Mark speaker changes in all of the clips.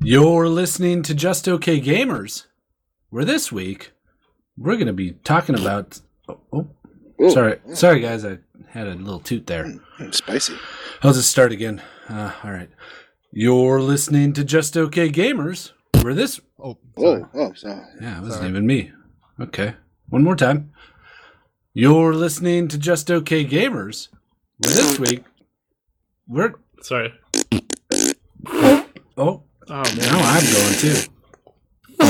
Speaker 1: You're listening to Just Okay Gamers, where this week we're going to be talking about. Oh, oh,
Speaker 2: Ooh,
Speaker 1: sorry, sorry guys, I had a little toot there.
Speaker 2: mm, Spicy.
Speaker 1: I'll just start again. Uh, all right. You're listening to Just Okay Gamers, where this.
Speaker 3: Oh, sorry.
Speaker 2: Whoa. Oh, so
Speaker 1: Yeah, it wasn't
Speaker 3: Sorry.
Speaker 1: even me. Okay. One more time. You're listening to Just Okay Gamers, where this week we're.
Speaker 4: Sorry.
Speaker 1: Oh,
Speaker 4: Oh man.
Speaker 1: now I'm going too.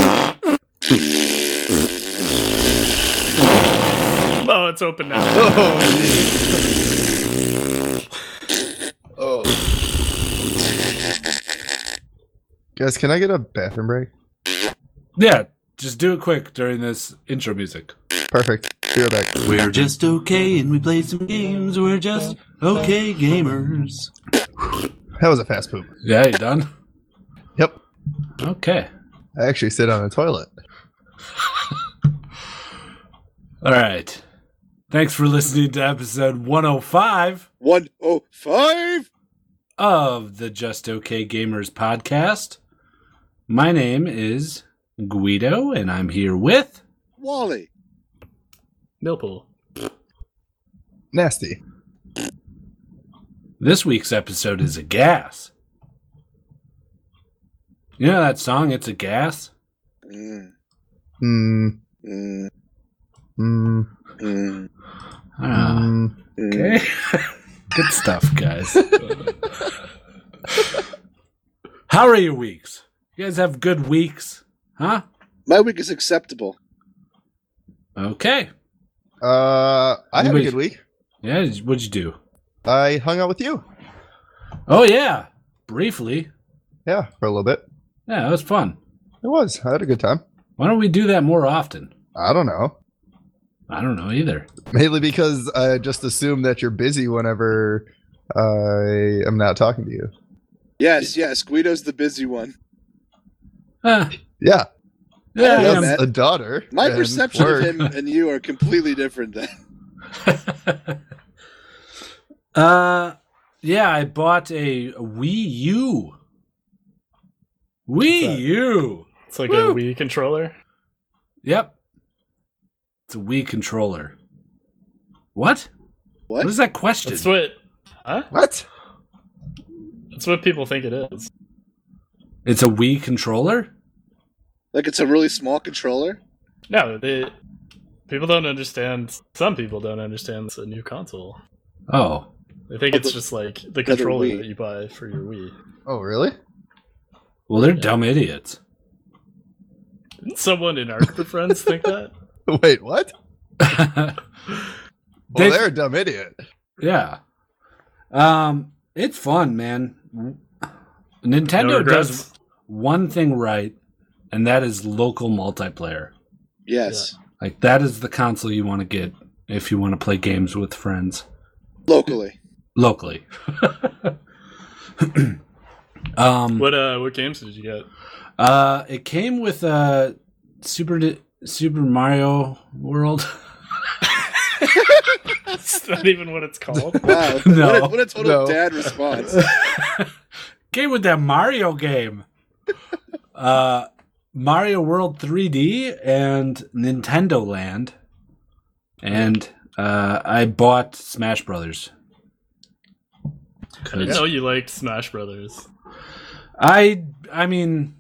Speaker 4: Oh, it's open now.
Speaker 3: Oh, oh. Guys, can I get a bathroom break?
Speaker 1: Yeah, just do it quick during this intro music.
Speaker 3: Perfect. Be right back.
Speaker 5: We're just okay and we play some games. We're just okay gamers.
Speaker 3: That was a fast poop.
Speaker 1: Yeah, you done?
Speaker 3: Yep.
Speaker 1: Okay.
Speaker 3: I actually sit on a toilet.
Speaker 1: All right. Thanks for listening to episode 105
Speaker 2: one oh five.
Speaker 1: of the Just Okay Gamers podcast. My name is Guido, and I'm here with.
Speaker 2: Wally.
Speaker 4: Millpool.
Speaker 3: Nasty.
Speaker 1: This week's episode is a gas. You know that song, It's a Gas?
Speaker 2: Mm,
Speaker 3: Mm,
Speaker 2: mm,
Speaker 3: mm,
Speaker 2: mm,
Speaker 1: Ah,
Speaker 3: mm.
Speaker 2: mm.
Speaker 1: okay. Good stuff, guys. How are your weeks? You guys have good weeks? Huh?
Speaker 2: My week is acceptable.
Speaker 1: Okay.
Speaker 3: Uh, I had a
Speaker 1: Anybody-
Speaker 3: good week.
Speaker 1: Yeah, did- what'd you do?
Speaker 3: I hung out with you.
Speaker 1: Oh yeah, briefly.
Speaker 3: Yeah, for a little bit.
Speaker 1: Yeah, that was fun.
Speaker 3: It was. I had a good time.
Speaker 1: Why don't we do that more often?
Speaker 3: I don't know.
Speaker 1: I don't know either.
Speaker 3: Mainly because I just assume that you're busy whenever I am not talking to you.
Speaker 2: Yes, yes. Guido's the busy one.
Speaker 1: Ah,
Speaker 3: Yeah.
Speaker 1: yeah,
Speaker 2: Yeah,
Speaker 1: I am.
Speaker 2: man.
Speaker 3: a daughter.
Speaker 2: My
Speaker 3: and
Speaker 2: perception
Speaker 3: work.
Speaker 2: of him and you are completely different. Then.
Speaker 1: uh, yeah, I bought a Wii U. Wii
Speaker 4: that?
Speaker 1: U.
Speaker 4: It's like
Speaker 1: Woo.
Speaker 4: a Wii controller.
Speaker 1: Yep. It's a Wii controller. What?
Speaker 2: What?
Speaker 1: What is that question?
Speaker 4: That's what. Huh?
Speaker 3: What?
Speaker 4: That's what people think it is.
Speaker 1: It's a Wii controller?
Speaker 2: Like it's a really small controller.
Speaker 4: No, they. People don't understand. Some people don't understand it's a new console.
Speaker 1: Oh.
Speaker 4: They think it's just like the controller
Speaker 2: Wii.
Speaker 4: that you buy for your Wii.
Speaker 3: Oh, really?
Speaker 1: Well, they're
Speaker 4: Yeah.
Speaker 1: dumb idiots.
Speaker 4: Didn't someone in our group of friends think that?
Speaker 3: Wait, what? Well,
Speaker 1: They-
Speaker 3: they're a dumb idiot.
Speaker 1: yeah. Um, it's fun, man.
Speaker 4: No
Speaker 1: Nintendo
Speaker 4: regrets?
Speaker 1: does one thing right, and that is local multiplayer.
Speaker 2: Yes.
Speaker 1: Like that is the console you want to get if you want to play games with friends
Speaker 2: Locally.
Speaker 1: locally. um,
Speaker 4: What uh? What games did you get?
Speaker 1: Uh, it came with uh, Super Ni- Super Mario World.
Speaker 4: It's not even what it's called.
Speaker 2: Wow.
Speaker 1: No.
Speaker 2: What a, what a total
Speaker 3: No.
Speaker 2: dad response.
Speaker 1: Came with that Mario game. uh, Mario World 3D and Nintendo Land, and uh, I bought Smash Brothers.
Speaker 4: I didn't know you liked Smash Brothers.
Speaker 1: I I mean,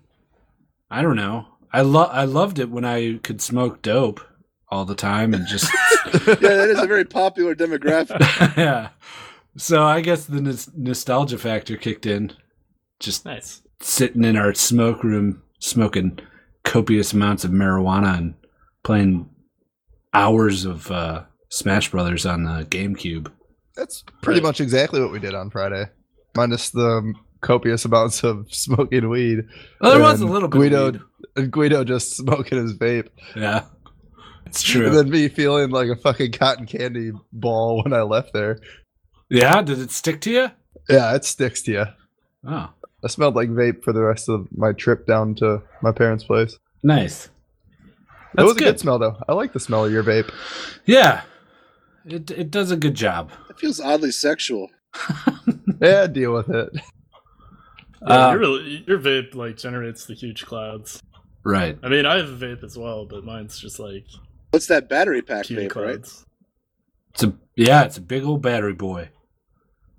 Speaker 1: I don't know. I love I loved it when I could smoke dope all the time and just
Speaker 2: yeah, that is a very popular demographic.
Speaker 1: yeah. So I guess the nos- nostalgia factor kicked in. Just
Speaker 4: Nice.
Speaker 1: sitting in our smoke room, smoking copious amounts of marijuana and playing hours of uh, Smash Brothers on the GameCube.
Speaker 3: That's pretty
Speaker 4: Right.
Speaker 3: much exactly what we did on Friday, minus the copious amounts of smoking weed
Speaker 1: Well, there was a
Speaker 3: And
Speaker 1: little bit.
Speaker 3: Guido-
Speaker 1: of weed.
Speaker 3: and Guido just smoking his vape,
Speaker 1: Yeah, it's
Speaker 3: and
Speaker 1: true.
Speaker 3: then me feeling like a fucking cotton candy ball when I left there.
Speaker 1: Yeah, did it stick to you?
Speaker 3: Yeah, it sticks to you.
Speaker 1: Oh,
Speaker 3: I smelled like vape for the rest of my trip down to my parents' place.
Speaker 1: nice.
Speaker 3: That it
Speaker 1: That's
Speaker 3: was a
Speaker 1: good.
Speaker 3: good smell though. I like the smell of your vape.
Speaker 1: Yeah, it it does a good job.
Speaker 2: It feels oddly sexual.
Speaker 3: Yeah, deal with it.
Speaker 4: Yeah,
Speaker 1: Uh,
Speaker 4: your, really- your vape like generates the huge clouds.
Speaker 1: right.
Speaker 4: I mean, I have a vape as well, but mine's just like
Speaker 2: What's that battery pack
Speaker 4: puny
Speaker 2: vape, right?
Speaker 4: clouds.
Speaker 1: It's a yeah. It's a big old battery boy,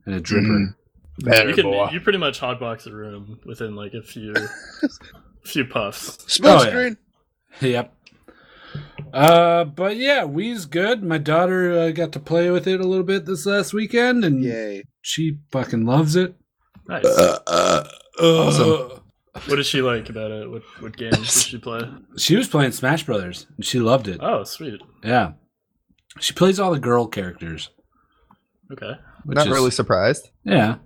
Speaker 1: and a dripper.
Speaker 3: Mhm.
Speaker 4: You
Speaker 6: Battery
Speaker 4: can
Speaker 6: boy.
Speaker 4: you pretty much hotbox a room within like a few few puffs.
Speaker 1: Oh, yeah.
Speaker 2: Smokescreen.
Speaker 1: Yep. Uh, but yeah, Wii's good. My daughter uh, got to play with it a little bit this last weekend, and
Speaker 2: Yay.
Speaker 1: she fucking loves it.
Speaker 4: Nice.
Speaker 1: awesome.
Speaker 4: What does she like about it? What what games does she play?
Speaker 1: She was playing Smash Brothers. And she loved it.
Speaker 4: Oh, sweet.
Speaker 1: Yeah, she plays all the girl characters.
Speaker 4: Okay.
Speaker 1: which
Speaker 3: Not
Speaker 1: is-
Speaker 3: really surprised.
Speaker 1: Yeah,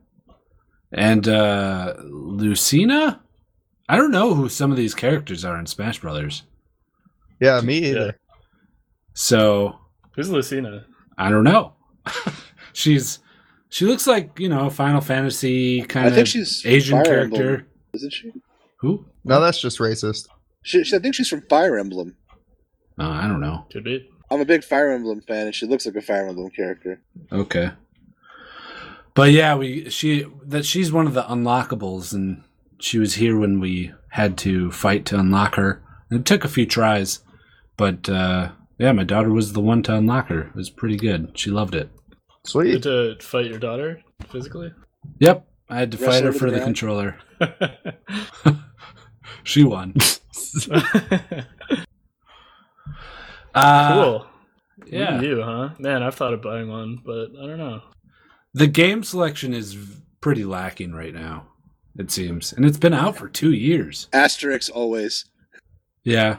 Speaker 1: and uh Lucina. I don't know who some of these characters are in Smash Brothers,
Speaker 3: Yeah, me either.
Speaker 4: Yeah.
Speaker 1: so
Speaker 4: Who's Lucina?
Speaker 1: I don't know. she's she looks like you know Final Fantasy kind
Speaker 2: I
Speaker 1: of
Speaker 2: think she's
Speaker 1: Asian
Speaker 2: Fire
Speaker 1: character.
Speaker 2: Emblem, isn't she?
Speaker 1: Who?
Speaker 3: No, that's just racist.
Speaker 2: She, she? I think she's from Fire Emblem.
Speaker 1: Uh, I don't know.
Speaker 4: Could be.
Speaker 2: I'm a big Fire Emblem fan, and she looks like a Fire Emblem character.
Speaker 1: Okay. But yeah, we she that she's one of the unlockables, and she was here when we had to fight to unlock her. And it took a few tries, but uh, yeah, my daughter was the one to unlock her. It was pretty good. She loved it.
Speaker 4: You had
Speaker 3: Sweet.
Speaker 4: to fight your daughter physically.
Speaker 1: Yep, I had to fight
Speaker 2: Wrestle
Speaker 1: her
Speaker 2: to
Speaker 1: for
Speaker 2: the
Speaker 1: the
Speaker 2: ground.
Speaker 1: controller. She won.
Speaker 4: cool.
Speaker 1: Uh, Yeah.
Speaker 4: Yeah. You, huh? Man, I've thought of buying one, but I don't know.
Speaker 1: The game selection is v- pretty lacking right now, it seems. And it's been out for two years.
Speaker 2: Asterix always.
Speaker 1: Yeah.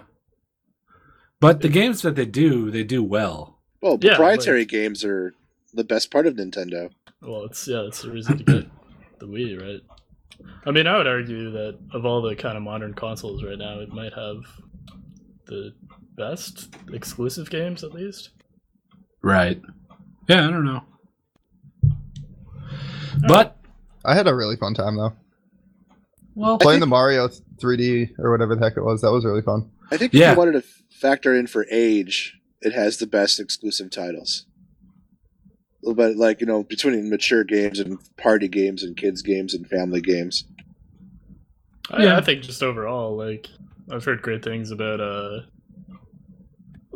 Speaker 1: But the games that they do, they do well.
Speaker 2: Well,
Speaker 4: Yeah,
Speaker 2: proprietary games are the best part of Nintendo.
Speaker 4: Well, it's yeah, it's the reason to get the Wii, right? I mean, I would argue that of all the kind of modern consoles right now, it might have the best exclusive games, at least.
Speaker 1: Right. Yeah, I don't know. But,
Speaker 3: I had a really fun time though.
Speaker 1: well,
Speaker 3: Playing the Mario 3D or whatever the heck it was. That was really fun.
Speaker 2: I think
Speaker 1: Yeah.
Speaker 2: if you wanted to f- factor in for age, it has the best exclusive titles. But like you know, between mature games and party games and kids games and family games,
Speaker 4: I,
Speaker 1: Yeah.
Speaker 4: I think just overall, like I've heard great things about uh,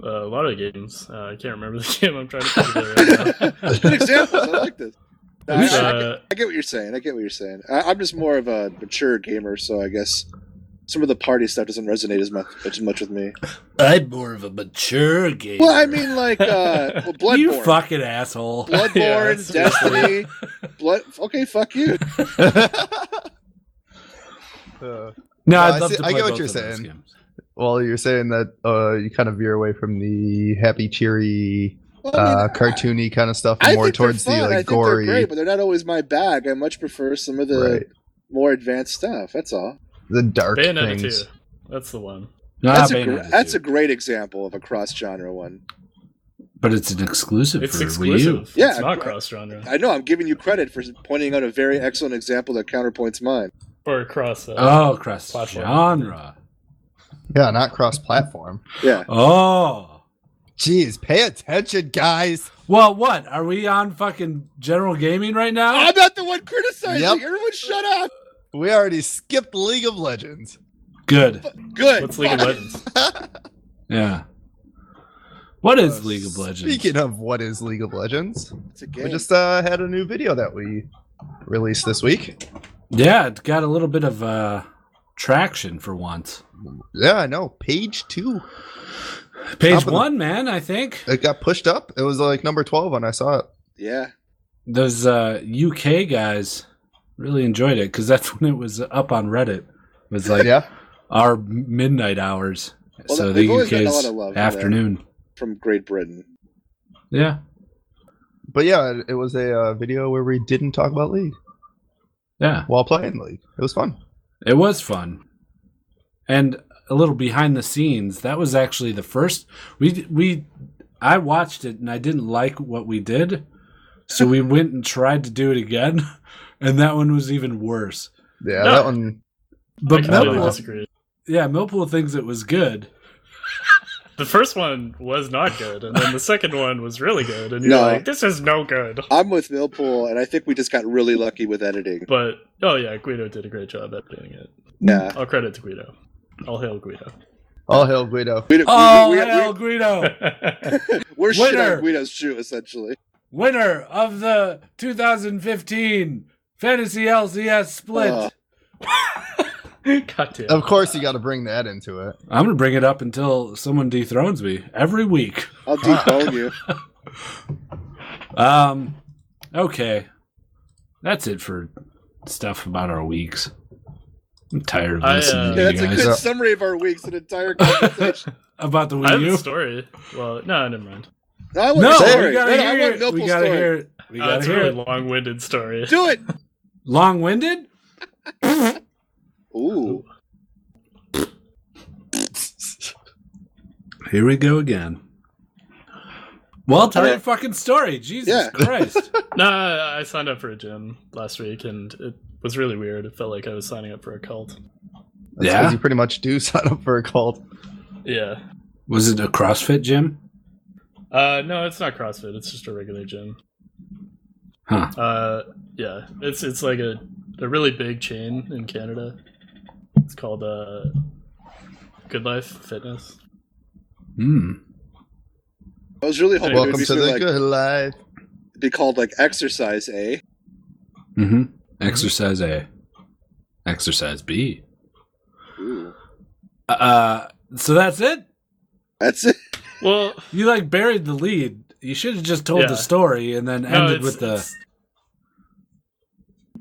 Speaker 4: uh, a lot of the games. Uh, I can't remember the game I'm trying to think of right now.
Speaker 2: good examples. I like this. No, I,
Speaker 4: It's,
Speaker 2: I- I get,
Speaker 4: uh,
Speaker 2: I get what you're saying. I get what you're saying. I, I'm just more of a mature gamer, so I guess some of the party stuff doesn't resonate as much as much with me.
Speaker 1: I'm more of a mature gamer.
Speaker 2: Well, I mean, like uh, well, Bloodborne,
Speaker 1: You fucking asshole.
Speaker 4: Yeah,
Speaker 2: Bloodborne,
Speaker 4: that's-
Speaker 2: Destiny, Blood. Okay, fuck you.
Speaker 3: Uh,
Speaker 1: No, I'd
Speaker 3: I
Speaker 1: love
Speaker 3: see-
Speaker 1: to play
Speaker 3: I get what
Speaker 1: both
Speaker 3: you're
Speaker 1: of those
Speaker 3: saying.
Speaker 1: games.
Speaker 3: well, you're saying that uh, you kind of veer away from the happy, cheery,
Speaker 2: Well, I mean,
Speaker 3: uh, cartoony kind of stuff, and
Speaker 2: I
Speaker 3: more
Speaker 2: think they're
Speaker 3: towards
Speaker 2: fun.
Speaker 3: the
Speaker 2: I
Speaker 3: like
Speaker 2: think
Speaker 3: gory.
Speaker 2: They're great, but they're not always my bag. I much prefer some of the
Speaker 3: Right.
Speaker 2: more advanced stuff. That's all.
Speaker 3: the dark
Speaker 4: Bayonetta
Speaker 3: things.
Speaker 4: two. That's the one.
Speaker 1: No,
Speaker 2: That's,
Speaker 1: I've
Speaker 2: a,
Speaker 1: been
Speaker 2: gr-
Speaker 1: at it
Speaker 2: that's
Speaker 1: too.
Speaker 2: a great example of a cross genre one.
Speaker 1: But it's an exclusive
Speaker 4: It's
Speaker 1: for Wii U.
Speaker 4: exclusive.
Speaker 2: Yeah,
Speaker 4: it's not
Speaker 2: I-
Speaker 4: cross genre
Speaker 2: I know I'm giving you credit for pointing out a very excellent example that counterpoints mine.
Speaker 4: or cross. Uh,
Speaker 1: Oh, cross
Speaker 4: Platform.
Speaker 1: genre.
Speaker 3: Yeah, not cross-platform.
Speaker 2: Yeah.
Speaker 1: Oh.
Speaker 3: Jeez, pay attention, guys.
Speaker 1: Well, what? Are we on fucking general gaming right now?
Speaker 2: I'm not the one criticizing.
Speaker 3: Yep.
Speaker 2: Everyone shut up.
Speaker 3: We already skipped League of Legends.
Speaker 1: Good.
Speaker 2: Good.
Speaker 4: What's League of Legends?
Speaker 1: Yeah. What is League of Legends?
Speaker 3: Speaking of what is League of Legends,
Speaker 2: It's a game.
Speaker 3: we just uh, had a new video that we released this week.
Speaker 1: yeah, it got a little bit of uh, traction for once.
Speaker 3: Yeah, I know. Page two. Top
Speaker 1: Page
Speaker 3: of the-
Speaker 1: one, man, I think.
Speaker 3: It got pushed up. It was like number 12 when I saw it.
Speaker 2: yeah.
Speaker 1: Those uh, UK guys really enjoyed it because that's when it was up on Reddit. It was like
Speaker 3: yeah.
Speaker 1: our midnight hours.
Speaker 2: Well,
Speaker 1: so
Speaker 2: they've
Speaker 1: the
Speaker 2: always gotten a
Speaker 1: UK's
Speaker 2: lot of love for that.
Speaker 1: afternoon.
Speaker 2: From Great Britain.
Speaker 1: Yeah.
Speaker 3: But yeah, it- it was a uh, video where we didn't talk about League
Speaker 1: Yeah.
Speaker 3: while playing League. It was fun.
Speaker 1: It was fun, and a little behind the scenes. That was actually the first we we I watched it and I didn't like what we did, so we went and tried to do it again, and that one was even worse.
Speaker 3: Yeah,
Speaker 4: No.
Speaker 3: that one.
Speaker 4: I
Speaker 1: But
Speaker 4: completely
Speaker 1: Millpool,
Speaker 4: disagree.
Speaker 1: yeah, Millpool thinks it was good.
Speaker 4: The first one was not good, and then the second one was really good, and you're
Speaker 2: No.
Speaker 4: like, this is no good.
Speaker 2: I'm with Millpool, and I think we just got really lucky with editing.
Speaker 4: But oh yeah, Guido did a great job editing it.
Speaker 2: Yeah.
Speaker 4: All credit to Guido. All hail Guido.
Speaker 3: All hail Guido.
Speaker 2: We, we,
Speaker 1: Oh,
Speaker 2: we, we,
Speaker 1: hell, Greedo,
Speaker 2: are shit
Speaker 1: Winner.
Speaker 2: on Guido's shoe, essentially.
Speaker 1: winner of the 2015 Fantasy LCS split.
Speaker 2: Oh.
Speaker 4: God damn.
Speaker 3: Of course, you got to bring that into it.
Speaker 1: I'm gonna bring it up until someone dethrones me every week.
Speaker 2: I'll debone you.
Speaker 1: Um, okay, that's it for stuff about our weeks. I'm tired of
Speaker 4: I, uh,
Speaker 1: listening
Speaker 2: Yeah,
Speaker 1: to
Speaker 2: that's
Speaker 1: you
Speaker 2: a
Speaker 1: guys
Speaker 2: good
Speaker 3: Yeah.
Speaker 2: summary of our weeks, an entire conversation.
Speaker 1: about the
Speaker 4: I have
Speaker 1: Wii
Speaker 4: a
Speaker 1: U.
Speaker 4: story. Well, no, never mind.
Speaker 2: No, I want
Speaker 1: No,
Speaker 2: a
Speaker 1: we
Speaker 2: story. No,
Speaker 1: gotta
Speaker 2: no, I
Speaker 1: hear.
Speaker 2: want
Speaker 1: it. We
Speaker 2: Millpool's
Speaker 1: gotta
Speaker 2: story.
Speaker 1: hear. it. We
Speaker 4: Uh,
Speaker 1: gotta
Speaker 4: it's a
Speaker 1: hear.
Speaker 4: really
Speaker 1: it.
Speaker 4: long-winded story.
Speaker 2: Do it.
Speaker 1: Long-winded.
Speaker 2: Ooh.
Speaker 1: Here we go again. Well, tell
Speaker 2: Okay.
Speaker 1: your fucking story. Jesus
Speaker 2: Yeah.
Speaker 1: Christ.
Speaker 4: No, I I signed up for a gym last week, and it was really weird. It felt like I was signing up for a cult.
Speaker 3: That's
Speaker 1: Yeah.
Speaker 3: 'cause you pretty much do sign up for a cult.
Speaker 4: Yeah.
Speaker 1: Was it a CrossFit gym?
Speaker 4: Uh, no, it's not CrossFit. It's just a regular gym.
Speaker 1: Huh.
Speaker 4: Uh, yeah, it's it's like a, a really big chain in Canada. It's called uh, Good Life Fitness.
Speaker 1: Hmm.
Speaker 2: I was really hoping it would
Speaker 3: Welcome
Speaker 2: be,
Speaker 3: to
Speaker 2: sort
Speaker 3: the
Speaker 2: of like,
Speaker 3: good life.
Speaker 2: be called like exercise eh? A.
Speaker 1: Mm-hmm. Exercise A. Exercise B.
Speaker 2: Ooh.
Speaker 1: Uh, so that's it.
Speaker 2: That's it.
Speaker 4: Well,
Speaker 1: You like buried the lead. You should have just told
Speaker 4: Yeah.
Speaker 1: the story and then
Speaker 4: no,
Speaker 1: ended
Speaker 4: it's,
Speaker 1: with the.
Speaker 4: it's,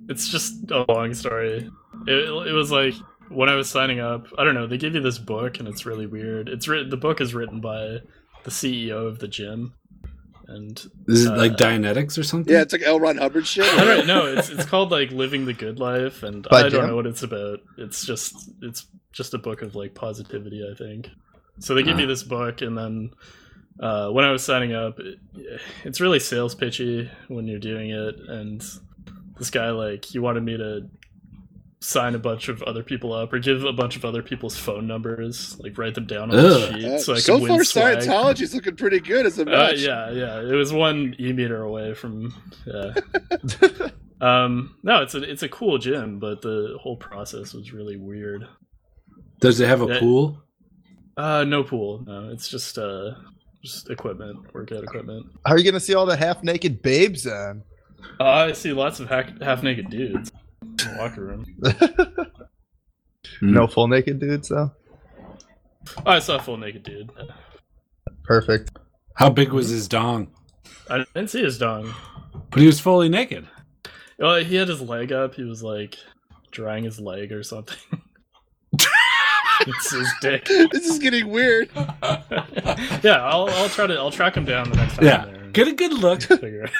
Speaker 4: it's just a long story. It, it was like when I was signing up. I don't know. They give you this book, and it's really weird. It's written. The book is written by the CEO of the gym, and
Speaker 1: Is it like
Speaker 4: uh,
Speaker 1: Dianetics or something?
Speaker 2: Yeah, it's like L. Ron Hubbard shit.
Speaker 4: I don't know. It's it's called like living the good life, and
Speaker 3: By
Speaker 4: I don't
Speaker 3: Jim?
Speaker 4: know what it's about. It's just it's just a book of like positivity, I think. So they give
Speaker 3: Uh-huh.
Speaker 1: Ah.
Speaker 4: you this book, and then uh, when I was signing up, it, it's really sales pitchy when you're doing it, and this guy like he wanted me to sign a bunch of other people up or give a bunch of other people's phone numbers, like write them down on
Speaker 1: Ugh.
Speaker 4: the sheet,
Speaker 2: Uh,
Speaker 4: so I
Speaker 2: so
Speaker 4: could
Speaker 2: far,
Speaker 4: win swag.
Speaker 2: Scientology's looking pretty good as a
Speaker 4: Uh,
Speaker 2: match.
Speaker 4: yeah, yeah. It was one e meter away from. Yeah. um. No, it's a it's a cool gym, but the whole process was really weird.
Speaker 1: Does it have a
Speaker 4: Yeah.
Speaker 1: pool?
Speaker 4: Uh, no pool. No, it's just uh, just equipment, workout equipment.
Speaker 3: How are you gonna see all the half naked babes then?
Speaker 4: Uh, I see lots of hack, half naked dudes in the locker room.
Speaker 3: No full naked dudes though.
Speaker 4: Oh, I saw a full naked dude.
Speaker 3: Perfect.
Speaker 1: How big was his dong?
Speaker 4: I didn't see his dong.
Speaker 1: But he was fully naked.
Speaker 4: Well, he had his leg up. He was like drying his leg or something. it's his dick.
Speaker 2: This is getting weird.
Speaker 4: yeah, I'll I'll try to I'll track him down the next time.
Speaker 1: Yeah.
Speaker 4: I'm there and
Speaker 1: Get a good look.
Speaker 4: figure out-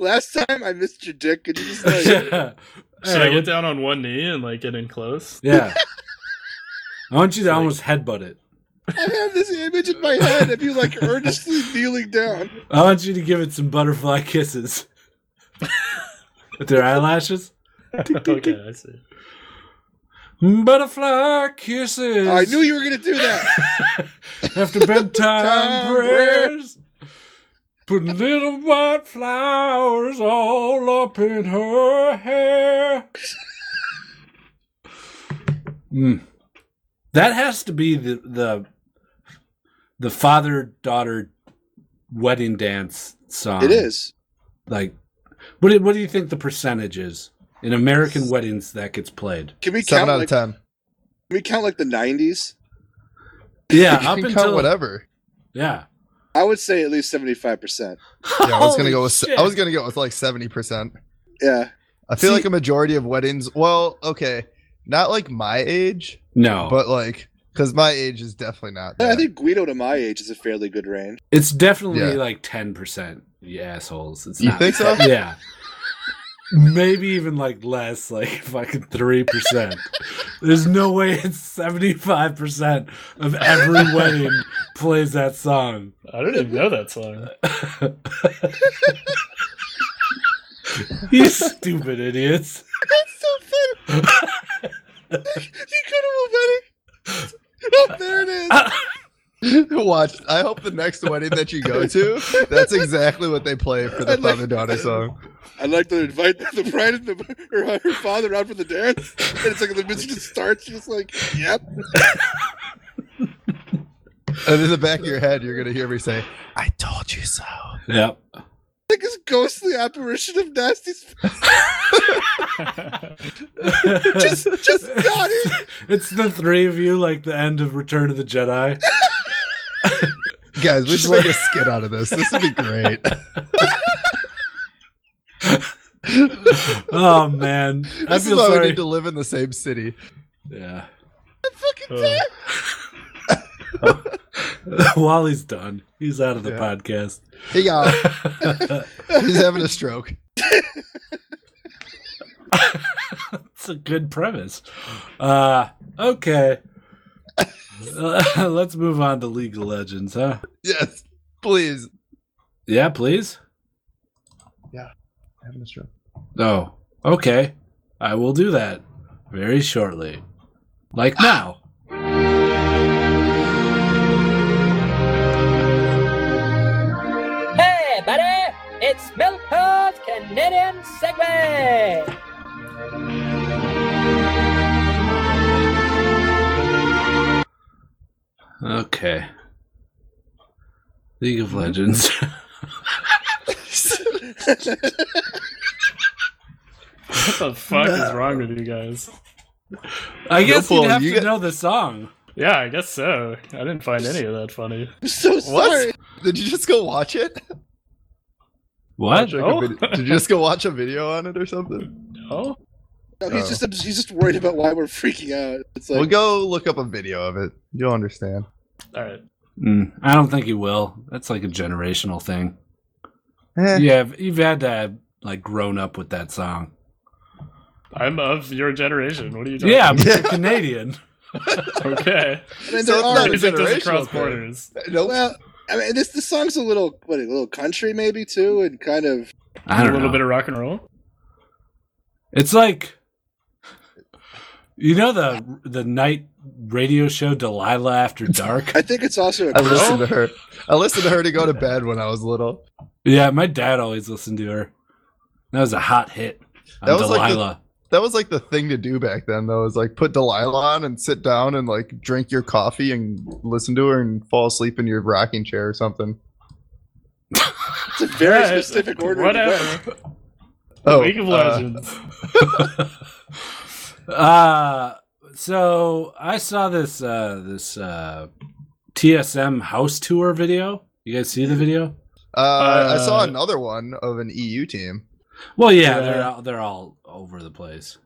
Speaker 2: Last time I missed your dick. Could you just like,
Speaker 1: yeah.
Speaker 4: Should
Speaker 1: Hey,
Speaker 4: I get
Speaker 1: what-
Speaker 4: down on one knee and like get in close?
Speaker 1: yeah. I want you to almost headbutt it.
Speaker 2: I have this image in my head of you like earnestly kneeling down.
Speaker 1: I want you to give it some butterfly kisses with their eyelashes.
Speaker 4: okay, I see.
Speaker 1: Butterfly kisses.
Speaker 2: I knew you were gonna do that.
Speaker 1: after bedtime
Speaker 2: Time
Speaker 1: prayers. Putting little white flowers all up in her hair. Mm. That has to be the the, the father daughter wedding dance song.
Speaker 2: It is.
Speaker 1: Like, what do, what do you think the percentage is in American weddings that gets played?
Speaker 2: Can we
Speaker 3: Seven
Speaker 2: count?
Speaker 3: out
Speaker 2: Like,
Speaker 3: of ten.
Speaker 2: can we count like the '90s?
Speaker 1: Yeah,
Speaker 3: you
Speaker 1: up
Speaker 3: can
Speaker 1: until
Speaker 3: count whatever.
Speaker 1: yeah.
Speaker 2: I would say at least seventy-five percent.
Speaker 3: Yeah, I was gonna
Speaker 1: Holy
Speaker 3: go with. se-
Speaker 1: shit.
Speaker 3: I was gonna go with like seventy percent.
Speaker 2: Yeah.
Speaker 3: I feel
Speaker 1: See-
Speaker 3: like a majority of weddings. Well, okay, not like my age,
Speaker 1: no,
Speaker 3: but like because my age is definitely not.
Speaker 2: I
Speaker 3: that.
Speaker 2: think Guido to my age is a fairly good range.
Speaker 1: It's definitely
Speaker 3: Yeah.
Speaker 1: like ten percent, you assholes. It's
Speaker 3: You
Speaker 1: not,
Speaker 3: think so?
Speaker 1: Yeah, maybe even like less, like fucking three percent. There's no way it's seventy five percent of every wedding plays that song.
Speaker 4: I don't even know that song.
Speaker 1: you stupid idiots!
Speaker 2: That's so funny. you could have been. Oh, there it is.
Speaker 3: Watch. I hope the next wedding that you go to, that's exactly what they play for the Father Daughter song.
Speaker 2: I'd like to invite the bride and the, her, her father out for the dance. And it's like the music just starts. She's like, "Yep."
Speaker 3: And in the back of your head, you're gonna hear me say, "I told you so."
Speaker 1: Yep.
Speaker 2: Like this ghostly apparition of nasty. Sp- just, just got it.
Speaker 1: It's the three of you, like the end of Return of the Jedi.
Speaker 3: Guys, we should make a skit out of this. This would be great.
Speaker 1: Oh man, I
Speaker 3: this is
Speaker 1: feel
Speaker 3: why we
Speaker 1: sorry.
Speaker 3: need to live in the same city.
Speaker 1: Yeah.
Speaker 4: Oh,
Speaker 1: Wally's done. He's out of the
Speaker 3: Yeah. Uh,
Speaker 1: podcast.
Speaker 3: Hey y'all, he's having a stroke.
Speaker 1: It's a good premise. Uh, okay. Uh, let's move on to League of Legends, huh?
Speaker 3: Yes, please.
Speaker 1: Yeah, please.
Speaker 3: Having a stroke.
Speaker 1: Oh, okay. I will do that very shortly. Like now.
Speaker 6: Hey, buddy! It's Milford's Canadian Segway!
Speaker 1: Okay. League of Legends.
Speaker 4: what the fuck is wrong with you guys?
Speaker 1: I guess
Speaker 3: Paul,
Speaker 1: you'd have
Speaker 3: you
Speaker 1: to
Speaker 3: got-
Speaker 1: know the song.
Speaker 4: Yeah, I guess so. I didn't find any of that funny.
Speaker 2: I'm so sorry.
Speaker 3: What? Did you just go watch it?
Speaker 1: What?
Speaker 3: Like a
Speaker 4: Oh.
Speaker 3: vid- Did you just go watch a video on it or something?
Speaker 4: Oh,
Speaker 2: No, he's just he's just worried about why we're freaking out. It's like
Speaker 3: Well, go look up a video of it. You'll understand.
Speaker 4: all right.
Speaker 1: Mm, I don't think you will. That's like a generational thing.
Speaker 3: Eh,
Speaker 1: Yeah, you've had to have, like grown up with that song.
Speaker 4: I'm of your generation. What are you talking?
Speaker 1: Yeah,
Speaker 4: about?
Speaker 1: but you're Canadian.
Speaker 4: Okay.
Speaker 2: I mean, there
Speaker 3: So it's
Speaker 2: are
Speaker 3: not a
Speaker 4: Music doesn't
Speaker 3: generational
Speaker 4: cross
Speaker 3: thing.
Speaker 4: borders.
Speaker 3: Nope.
Speaker 2: well, I mean, this the song's a little what a little country maybe too, and kind of
Speaker 1: I
Speaker 4: a
Speaker 1: don't
Speaker 4: little
Speaker 1: know.
Speaker 4: bit of rock and roll.
Speaker 1: It's like you know the the night radio show Delilah After Dark.
Speaker 2: I think it's also a
Speaker 3: I
Speaker 2: Christian-
Speaker 3: listened to her. I listened to her to go to bed when I was little.
Speaker 1: yeah, my dad always listened to her. That was a hot hit. On
Speaker 3: That was like the-
Speaker 1: Delilah.
Speaker 3: That was like the thing to do back then, though. Is like put Delilah on and sit down and like drink your coffee and listen to her and fall asleep in your rocking chair or something.
Speaker 2: it's a very
Speaker 4: Yeah,
Speaker 2: specific order. of events.
Speaker 4: Whatever. League of
Speaker 1: Oh,
Speaker 3: uh,
Speaker 4: Legends.
Speaker 1: uh so I saw this uh this uh TSM house tour video. You guys see the video?
Speaker 3: uh, I saw
Speaker 4: Uh,
Speaker 3: another one of an EU team.
Speaker 1: Well, yeah, they're
Speaker 4: Yeah.
Speaker 1: all, they're all over the place.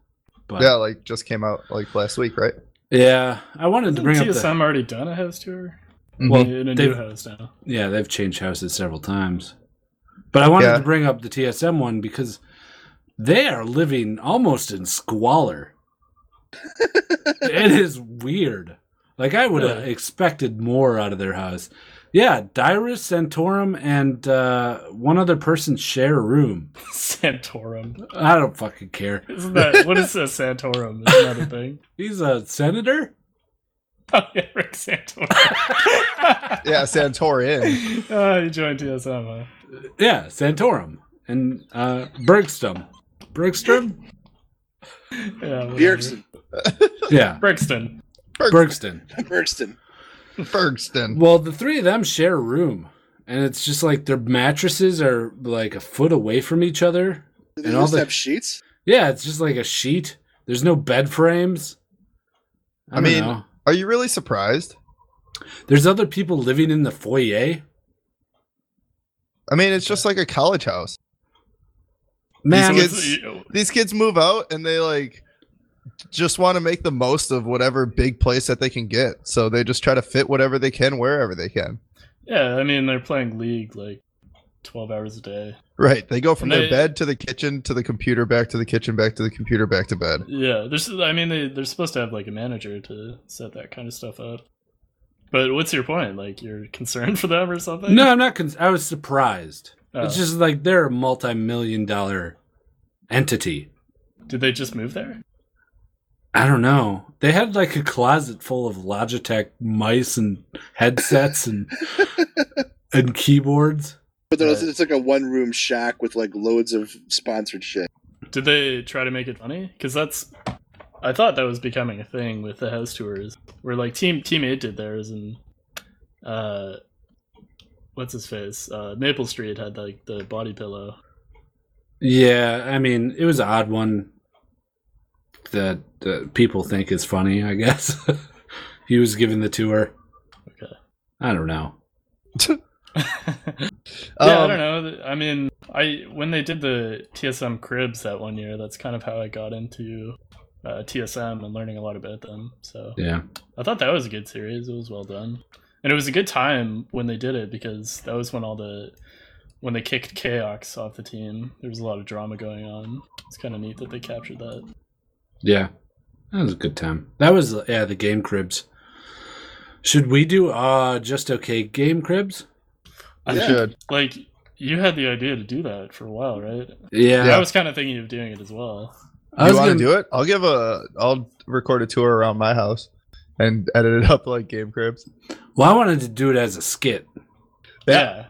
Speaker 1: But
Speaker 3: Yeah,
Speaker 1: yeah,
Speaker 3: like just came out like last week, right?
Speaker 1: I wanted to
Speaker 4: Hasn't
Speaker 1: bring up the
Speaker 4: TSM already done a house tour?
Speaker 3: Mm-hmm.
Speaker 1: Well,
Speaker 4: in a new
Speaker 1: they've-
Speaker 4: house now.
Speaker 1: Yeah, they've changed houses several times. But I wanted
Speaker 3: Yeah.
Speaker 1: to bring up the TSM one because they are living almost in squalor. it is weird. Like I would have
Speaker 4: Really?
Speaker 1: expected more out of their house. Yeah, Dyrus, Santorum, and uh, one other person share a room.
Speaker 4: Santorum.
Speaker 1: I don't fucking care.
Speaker 4: Isn't that what is a Santorum? Is another thing.
Speaker 1: He's a senator?
Speaker 4: Oh yeah, Rick Santorum.
Speaker 3: Yeah, Santorin.
Speaker 4: oh, you joined TSM. Huh?
Speaker 1: Yeah, Santorum. And uh, Bergstrom. Bergstrom?
Speaker 4: Yeah. whatever.
Speaker 2: Bjergsen,
Speaker 1: Yeah,
Speaker 4: Brixton.
Speaker 1: Bergston.
Speaker 2: Bergston.
Speaker 3: Bergston.
Speaker 1: Well, the three of them share a room, and it's just like their mattresses are like a foot away from each other.
Speaker 2: Do they
Speaker 1: And all
Speaker 2: just
Speaker 1: the-
Speaker 2: have sheets?
Speaker 1: Yeah, it's just like a sheet. There's no bed frames. I,
Speaker 3: I
Speaker 1: mean,
Speaker 3: mean- Are you really surprised?
Speaker 1: there's other people living in the foyer.
Speaker 3: I mean, it's just like a college house.
Speaker 1: Man,
Speaker 4: So
Speaker 3: kids-
Speaker 1: it's,
Speaker 4: it's- you-
Speaker 3: These kids move out and they like just want to make the most of whatever big place that they can get. So they just try to fit whatever they can wherever they can.
Speaker 4: yeah, I mean they're playing League like twelve hours a day.
Speaker 3: Right. They go from
Speaker 4: And
Speaker 3: their
Speaker 4: they-
Speaker 3: bed to the kitchen to the computer, back to the kitchen, back to the computer, back to bed.
Speaker 4: Yeah, there's. I mean they they're supposed to have like a manager to set that kind of stuff up. But what's your point? Like you're concerned for them or something?
Speaker 1: no, I'm not. Con- I was surprised.
Speaker 4: Oh.
Speaker 1: It's just like they're a multi-million dollar entity.
Speaker 4: Did they just move there?
Speaker 1: I don't know. They had like a closet full of Logitech mice and headsets and and keyboards.
Speaker 2: But then it's-
Speaker 1: Right.
Speaker 2: it's like a one room shack with like loads of sponsored shit.
Speaker 4: Did they try to make it funny? Because that's, I thought that was becoming a thing with the house tours, where like team team eight did theirs, and uh, what's his face? Uh, Maple Street had like the body pillow.
Speaker 1: Yeah, I mean, it was an odd one that uh, people think is funny. I guess he was given the tour.
Speaker 4: Okay.
Speaker 1: I don't know.
Speaker 4: yeah, I
Speaker 3: Um,
Speaker 4: don't know. I mean, I when they did the TSM cribs that one year, that's kind of how I got into uh, TSM and learning a lot about them. So
Speaker 1: Yeah,
Speaker 4: I thought that was a good series. It was well done, and it was a good time when they did it because that was when all the when they kicked Chaos off the team. There was a lot of drama going on. It's kind of neat that they captured that.
Speaker 1: yeah, that was a good time. That was yeah the game cribs. Should we do uh just okay game cribs?
Speaker 3: You
Speaker 4: Yeah.
Speaker 3: should.
Speaker 4: Like you had the idea to do that for a while, right?
Speaker 1: Yeah,
Speaker 4: I was kind of thinking of doing it as well.
Speaker 1: I
Speaker 3: you
Speaker 1: was
Speaker 3: want to
Speaker 1: gonna-
Speaker 3: do it? I'll give a. I'll record a tour around my house, and edit it up like game cribs.
Speaker 1: Well, I wanted to do it as a skit.
Speaker 4: Yeah.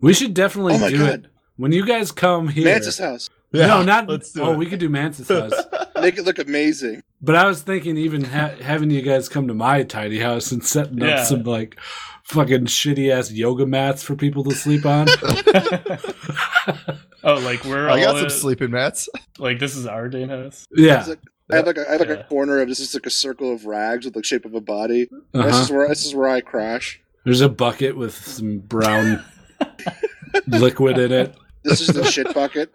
Speaker 1: We should definitely
Speaker 2: Oh my
Speaker 1: do
Speaker 2: God.
Speaker 1: it when you guys come here.
Speaker 2: Mantis house.
Speaker 1: no, not.
Speaker 3: Let's do
Speaker 1: oh,
Speaker 3: it.
Speaker 1: we could do Mantis house.
Speaker 2: Make it look amazing.
Speaker 1: But I was thinking, even ha- having you guys come to my tiny house and setting
Speaker 4: Yeah.
Speaker 1: up some like fucking shitty ass yoga mats for people to sleep on.
Speaker 4: oh, like we're
Speaker 3: I got
Speaker 4: all
Speaker 3: some
Speaker 4: in-
Speaker 3: sleeping mats.
Speaker 4: like this is our game house.
Speaker 1: yeah,
Speaker 2: It's like- I have like a, I have like
Speaker 4: Yeah.
Speaker 2: a corner of this is like a circle of rags with the shape of a body. This
Speaker 1: uh-huh.
Speaker 2: is where this is where I crash.
Speaker 1: there's a bucket with some brown liquid in it,
Speaker 2: This is the shit bucket.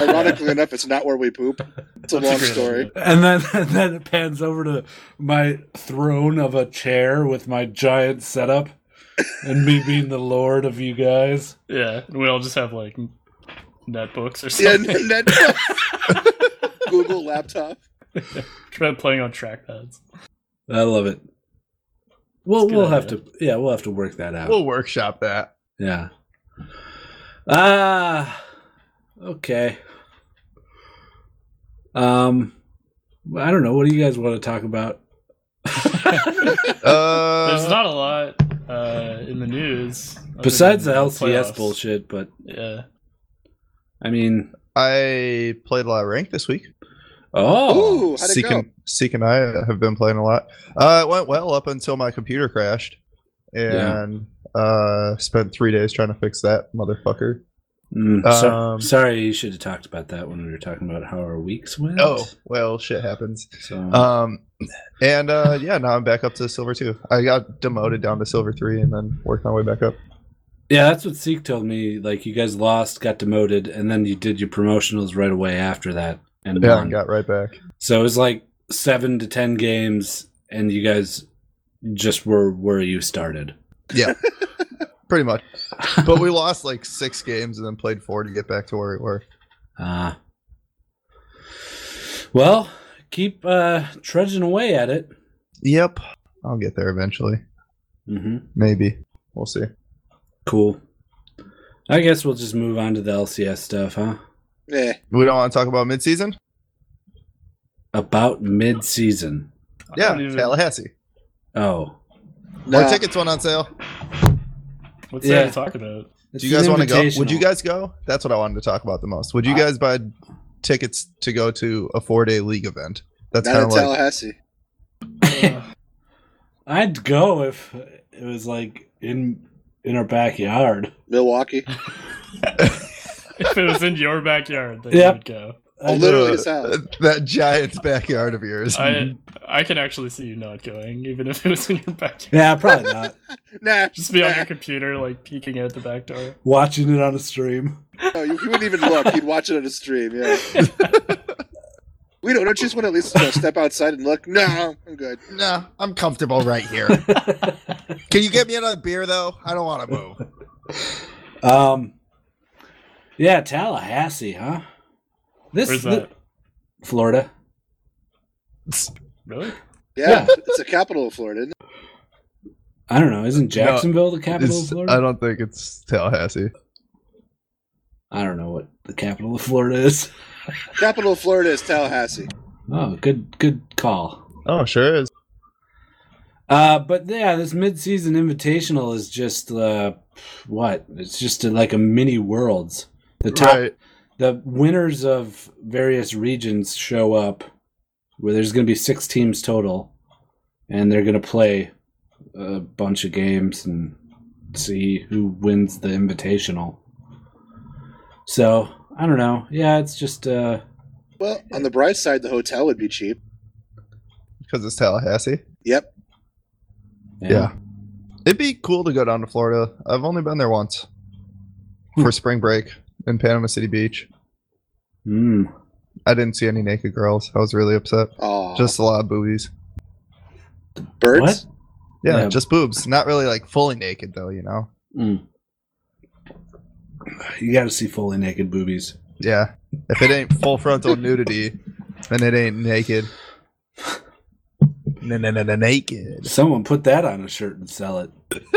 Speaker 2: Ironically enough, it's not where we poop. It's a
Speaker 4: That's a
Speaker 2: long
Speaker 4: great
Speaker 2: story.
Speaker 4: idea.
Speaker 1: and then and then it pans over to my throne of a chair with my giant setup, and me being the lord of you guys.
Speaker 4: Yeah, and we all just have like netbooks or
Speaker 2: Yeah,
Speaker 4: something.
Speaker 2: net Google laptop.
Speaker 4: Try playing on trackpads.
Speaker 1: I love it. Well,
Speaker 4: It's a good
Speaker 1: we'll have
Speaker 4: idea.
Speaker 1: to. Yeah, we'll have to work that out.
Speaker 3: We'll workshop that.
Speaker 1: Yeah. Ah, okay. Um, I don't know. What do you guys want to talk about?
Speaker 3: Uh,
Speaker 4: There's not a lot uh, in the news other
Speaker 1: Besides the
Speaker 4: than
Speaker 1: LCS
Speaker 4: playoffs.
Speaker 1: bullshit, but
Speaker 4: Yeah,
Speaker 1: I mean,
Speaker 3: I played a lot of rank this week.
Speaker 1: oh,
Speaker 2: Ooh, how'd it
Speaker 3: Seek
Speaker 2: go?
Speaker 3: and, Seek and I have been playing a lot. Uh, it went well up until my computer crashed, and uh, spent three days trying to fix that motherfucker.
Speaker 1: Mm, so-
Speaker 3: Um,
Speaker 1: sorry, you should have talked about that when we were talking about how our weeks went.
Speaker 3: Oh well, shit happens.
Speaker 1: so
Speaker 3: Um, and uh, yeah, now I'm back up to silver two. I got demoted down to silver three, and then worked my way back up.
Speaker 1: yeah, that's what Seek told me. Like, you guys lost, got demoted, and then you did your promotionals right away after that, and
Speaker 3: Yeah,
Speaker 1: won.
Speaker 3: and got right back.
Speaker 1: So it was like seven to ten games, and you guys just were where you started.
Speaker 3: Pretty much, but we lost like six games and then played four to get back to where we were.
Speaker 1: Uh, well, keep uh, trudging away at it.
Speaker 3: Yep, I'll get there eventually.
Speaker 1: hmm
Speaker 3: Maybe we'll see.
Speaker 1: Cool. I guess we'll just move on to the LCS stuff, huh?
Speaker 2: Yeah.
Speaker 3: We don't want to talk about midseason.
Speaker 1: About mid-season.
Speaker 4: I
Speaker 3: Yeah,
Speaker 4: don't even-
Speaker 3: Tallahassee.
Speaker 1: Oh,
Speaker 2: Nah.
Speaker 3: Our tickets went on sale.
Speaker 4: What's there
Speaker 1: Yeah.
Speaker 4: to talk about?
Speaker 1: It's
Speaker 3: Do you guys
Speaker 1: an
Speaker 3: want to go? Would you
Speaker 1: invitational.
Speaker 3: guys go? That's what I wanted to talk about the most. Would you
Speaker 1: I-
Speaker 3: guys buy tickets to go to a four day league event? That's
Speaker 2: Not in
Speaker 3: kind of like
Speaker 2: Tallahassee.
Speaker 4: Uh,
Speaker 1: I'd go if it was like in in our backyard.
Speaker 2: Milwaukee.
Speaker 4: if it was in your backyard, then
Speaker 1: Yep.
Speaker 4: you would go.
Speaker 1: I
Speaker 2: Little- literally
Speaker 3: Uh,
Speaker 2: his house.
Speaker 3: that giant's backyard of yours.
Speaker 4: I I can actually see you not going, even if it was in your backyard.
Speaker 1: yeah, probably not.
Speaker 2: Nah.
Speaker 4: Just be on your
Speaker 2: nah.
Speaker 4: computer, like peeking out the back door.
Speaker 1: Watching it on a stream.
Speaker 2: No, you, you wouldn't even look. You'd watch it on a stream. Yeah. we don't, don't you just want to at least you know, step outside and look? No, I'm good.
Speaker 3: nah, I'm comfortable right here. Can you get me another beer though? I don't want to move.
Speaker 1: Um, yeah, Tallahassee, huh? This
Speaker 4: Where's that?
Speaker 1: the- Florida.
Speaker 4: Really?
Speaker 1: Yeah.
Speaker 2: Yeah, it's the capital of Florida. Isn't it?
Speaker 1: I don't know. Isn't Jacksonville the capital of
Speaker 3: It's-
Speaker 1: Florida? I
Speaker 3: I
Speaker 1: don't,
Speaker 3: don't think it's Tallahassee.
Speaker 1: know what the capital of Florida is.
Speaker 2: Capital of Florida is Tallahassee.
Speaker 1: Oh, good good call.
Speaker 3: Oh, sure is.
Speaker 1: Uh, but yeah, this mid-season invitational is just uh, what? It's just uh like a mini worlds. The top,
Speaker 3: Right.
Speaker 1: the winners of various regions show up. Where there's going to be six teams total, and they're going to play a bunch of games and see who wins the invitational. So I don't know. Yeah, it's just uh,
Speaker 2: Well, on the bright side, the hotel would be cheap.
Speaker 3: Because it's Tallahassee.
Speaker 2: Yep.
Speaker 3: Yeah. It'd be cool to go down to Florida. I've only been there once for spring break in Panama City Beach.
Speaker 1: Hmm.
Speaker 3: I didn't see any naked girls. I was really upset.
Speaker 2: Oh,
Speaker 3: Just a lot of boobies.
Speaker 2: birds.
Speaker 1: What?
Speaker 3: Yeah,
Speaker 1: Yeah.
Speaker 3: just boobs. Not really like fully naked though, you know.
Speaker 1: Mm. You got to see fully naked boobies.
Speaker 3: Yeah. If it ain't full frontal nudity, then it ain't naked. Na- na- na- na- Naked.
Speaker 1: Someone put that on a shirt and sell it.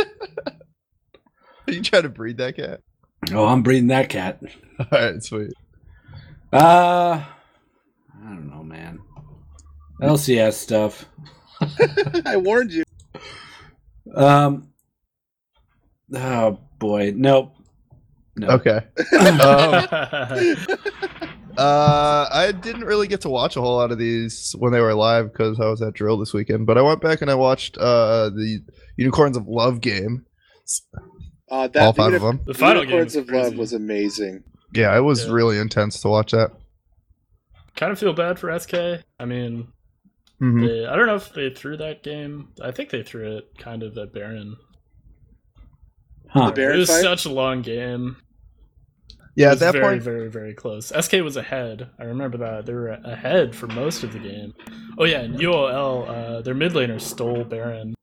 Speaker 3: Are you trying to breed that cat?
Speaker 1: Oh, I'm breeding that cat.
Speaker 3: All right, sweet.
Speaker 1: Uh, I don't know, man. LCS stuff.
Speaker 2: I warned you.
Speaker 1: Um. Oh boy, nope. No.
Speaker 3: Okay. Um, Uh, I didn't really get to watch a whole lot of these when they were live because I was at drill this weekend. But I went back and I watched uh the Unicorns of Love game,
Speaker 2: Uh, that
Speaker 3: all five
Speaker 2: unif-
Speaker 3: of them.
Speaker 4: the final game
Speaker 2: Unicorns
Speaker 4: was
Speaker 2: of Love
Speaker 4: crazy.
Speaker 2: was amazing.
Speaker 3: Yeah, it was
Speaker 4: Yeah.
Speaker 3: really intense to watch that.
Speaker 4: kind of feel bad for SK. I mean,
Speaker 3: hmm
Speaker 4: they, I don't know if they threw that game. I think they threw it kind of at Baron.
Speaker 1: Huh.
Speaker 2: The Baron
Speaker 4: it was
Speaker 2: fight?
Speaker 4: such a long game.
Speaker 3: Yeah,
Speaker 4: It
Speaker 3: at
Speaker 4: was
Speaker 3: that
Speaker 4: very,
Speaker 3: point,
Speaker 4: very, very close. SK was ahead. I remember that they were ahead for most of the game. Oh yeah, and UOL, uh, their mid laner stole Baron.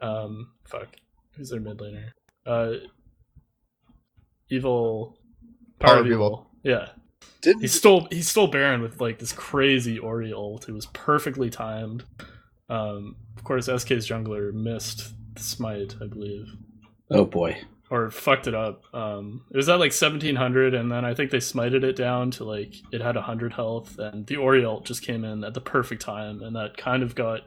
Speaker 4: Um, fuck, who's their mid laner? Uh, evil,
Speaker 3: Power
Speaker 4: power
Speaker 3: of
Speaker 4: of evil. Yeah, he
Speaker 2: Didn't
Speaker 4: stole he stole Baron with like this crazy Ori ult. It was perfectly timed. Um, of course, SK's jungler missed the smite, I believe
Speaker 1: Oh boy.
Speaker 4: or fucked it up. Um, it was at like 1700, and then I think they smited it down to like it had 100 health, and the Oriole just came in at the perfect time, and that kind of got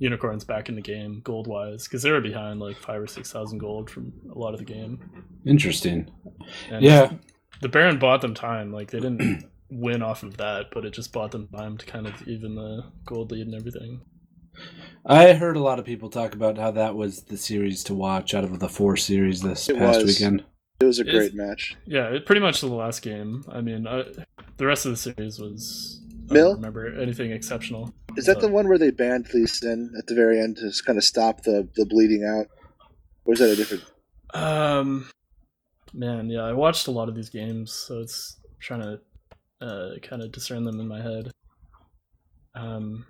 Speaker 4: unicorns back in the game gold wise because they were behind like five or six thousand gold from a lot of the game.
Speaker 1: Interesting.
Speaker 4: And
Speaker 1: Yeah.
Speaker 4: the Baron bought them time. Like they didn't win off of that, but it just bought them time to kind of even the gold lead and everything.
Speaker 1: I heard a lot of people talk about how that was the series to watch out of the four series this
Speaker 2: It
Speaker 1: past
Speaker 2: was.
Speaker 1: weekend.
Speaker 2: it was a
Speaker 4: Is-
Speaker 2: great match.
Speaker 4: Yeah, it, pretty much the last game. I mean, I, the rest of the series was. I
Speaker 2: Mill?
Speaker 4: don't remember anything exceptional.
Speaker 2: Is that
Speaker 4: Uh,
Speaker 2: the one where they banned Lee Sin at the very end to just kind of stop the, the bleeding out? Or is that a different?
Speaker 4: Um, man, yeah, I watched a lot of these games, so it's trying to uh, kind of discern them in my head. Um,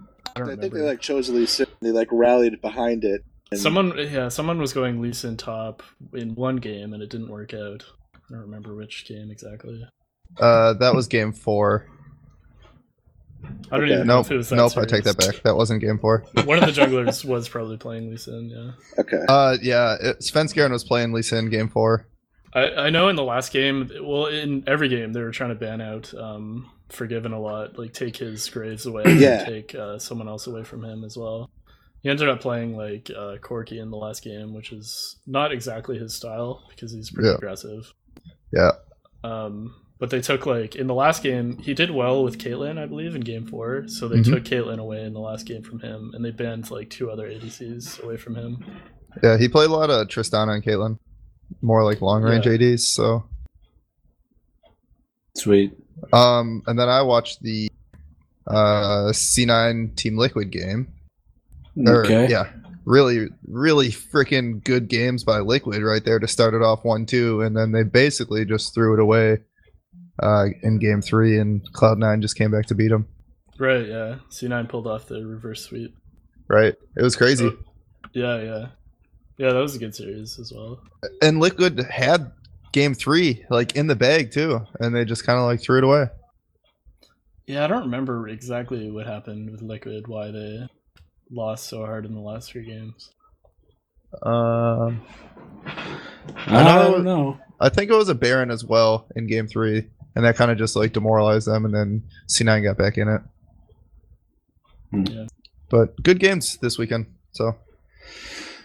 Speaker 4: I
Speaker 2: I,
Speaker 4: don't
Speaker 2: think
Speaker 4: remember.
Speaker 2: they like chose Lee Sin. They like rallied behind it. and-
Speaker 4: someone, yeah, someone was going Lee Sin top in one game, and it didn't work out. I don't remember which game exactly.
Speaker 3: uh, that was game four.
Speaker 4: I don't
Speaker 2: Okay.
Speaker 4: even know
Speaker 3: Nope,
Speaker 4: if it was that.
Speaker 3: nope. I take that
Speaker 4: serious.
Speaker 3: back. That wasn't game four.
Speaker 4: One of the junglers was probably playing Lee Sin. Yeah,
Speaker 2: Okay.
Speaker 3: Uh, yeah, it, Svenskeren was playing Lisa in game four.
Speaker 4: I, I know in the last game, well, in every game, they were trying to ban out um, Forgiven a lot, like take his graves away, and
Speaker 2: Yeah.
Speaker 4: take uh, someone else away from him as well. He ended up playing like uh, Corky in the last game, which is not exactly his style because he's pretty
Speaker 3: Yeah.
Speaker 4: aggressive.
Speaker 3: Yeah.
Speaker 4: Um, but they took like in the last game, he did well with Caitlyn, I believe, in game four. So they
Speaker 3: Mhm.
Speaker 4: took Caitlyn away in the last game from him, and they banned like two other ADCs away from him.
Speaker 3: Yeah, he played a lot of Tristana and Caitlyn, more like long range
Speaker 4: Yeah.
Speaker 3: ADs. So,
Speaker 1: Sweet.
Speaker 3: um, and then I watched the uh C9 Team Liquid game. Or,
Speaker 1: Okay.
Speaker 3: Yeah. Really, really freaking good games by Liquid right there to start it off 1 2. And then they basically just threw it away uh, in game three, and Cloud9 just came back to beat them.
Speaker 4: Right? Yeah. C9 pulled off the reverse sweep.
Speaker 3: Right? It was crazy.
Speaker 4: Oh, Yeah, yeah. Yeah, that was a good series as well.
Speaker 3: And Liquid had game three, like in the bag too. And they just kind of like threw it away.
Speaker 4: Yeah, I don't remember exactly what happened with Liquid, why they lost so hard in the last three games.
Speaker 3: Um,
Speaker 1: I
Speaker 3: know- Um,
Speaker 1: don't know.
Speaker 3: I think it was a Baron as well in game three. and that kind of just like demoralized them. And then C9 got back in it.
Speaker 1: Hmm.
Speaker 4: Yeah.
Speaker 3: But good games this weekend. So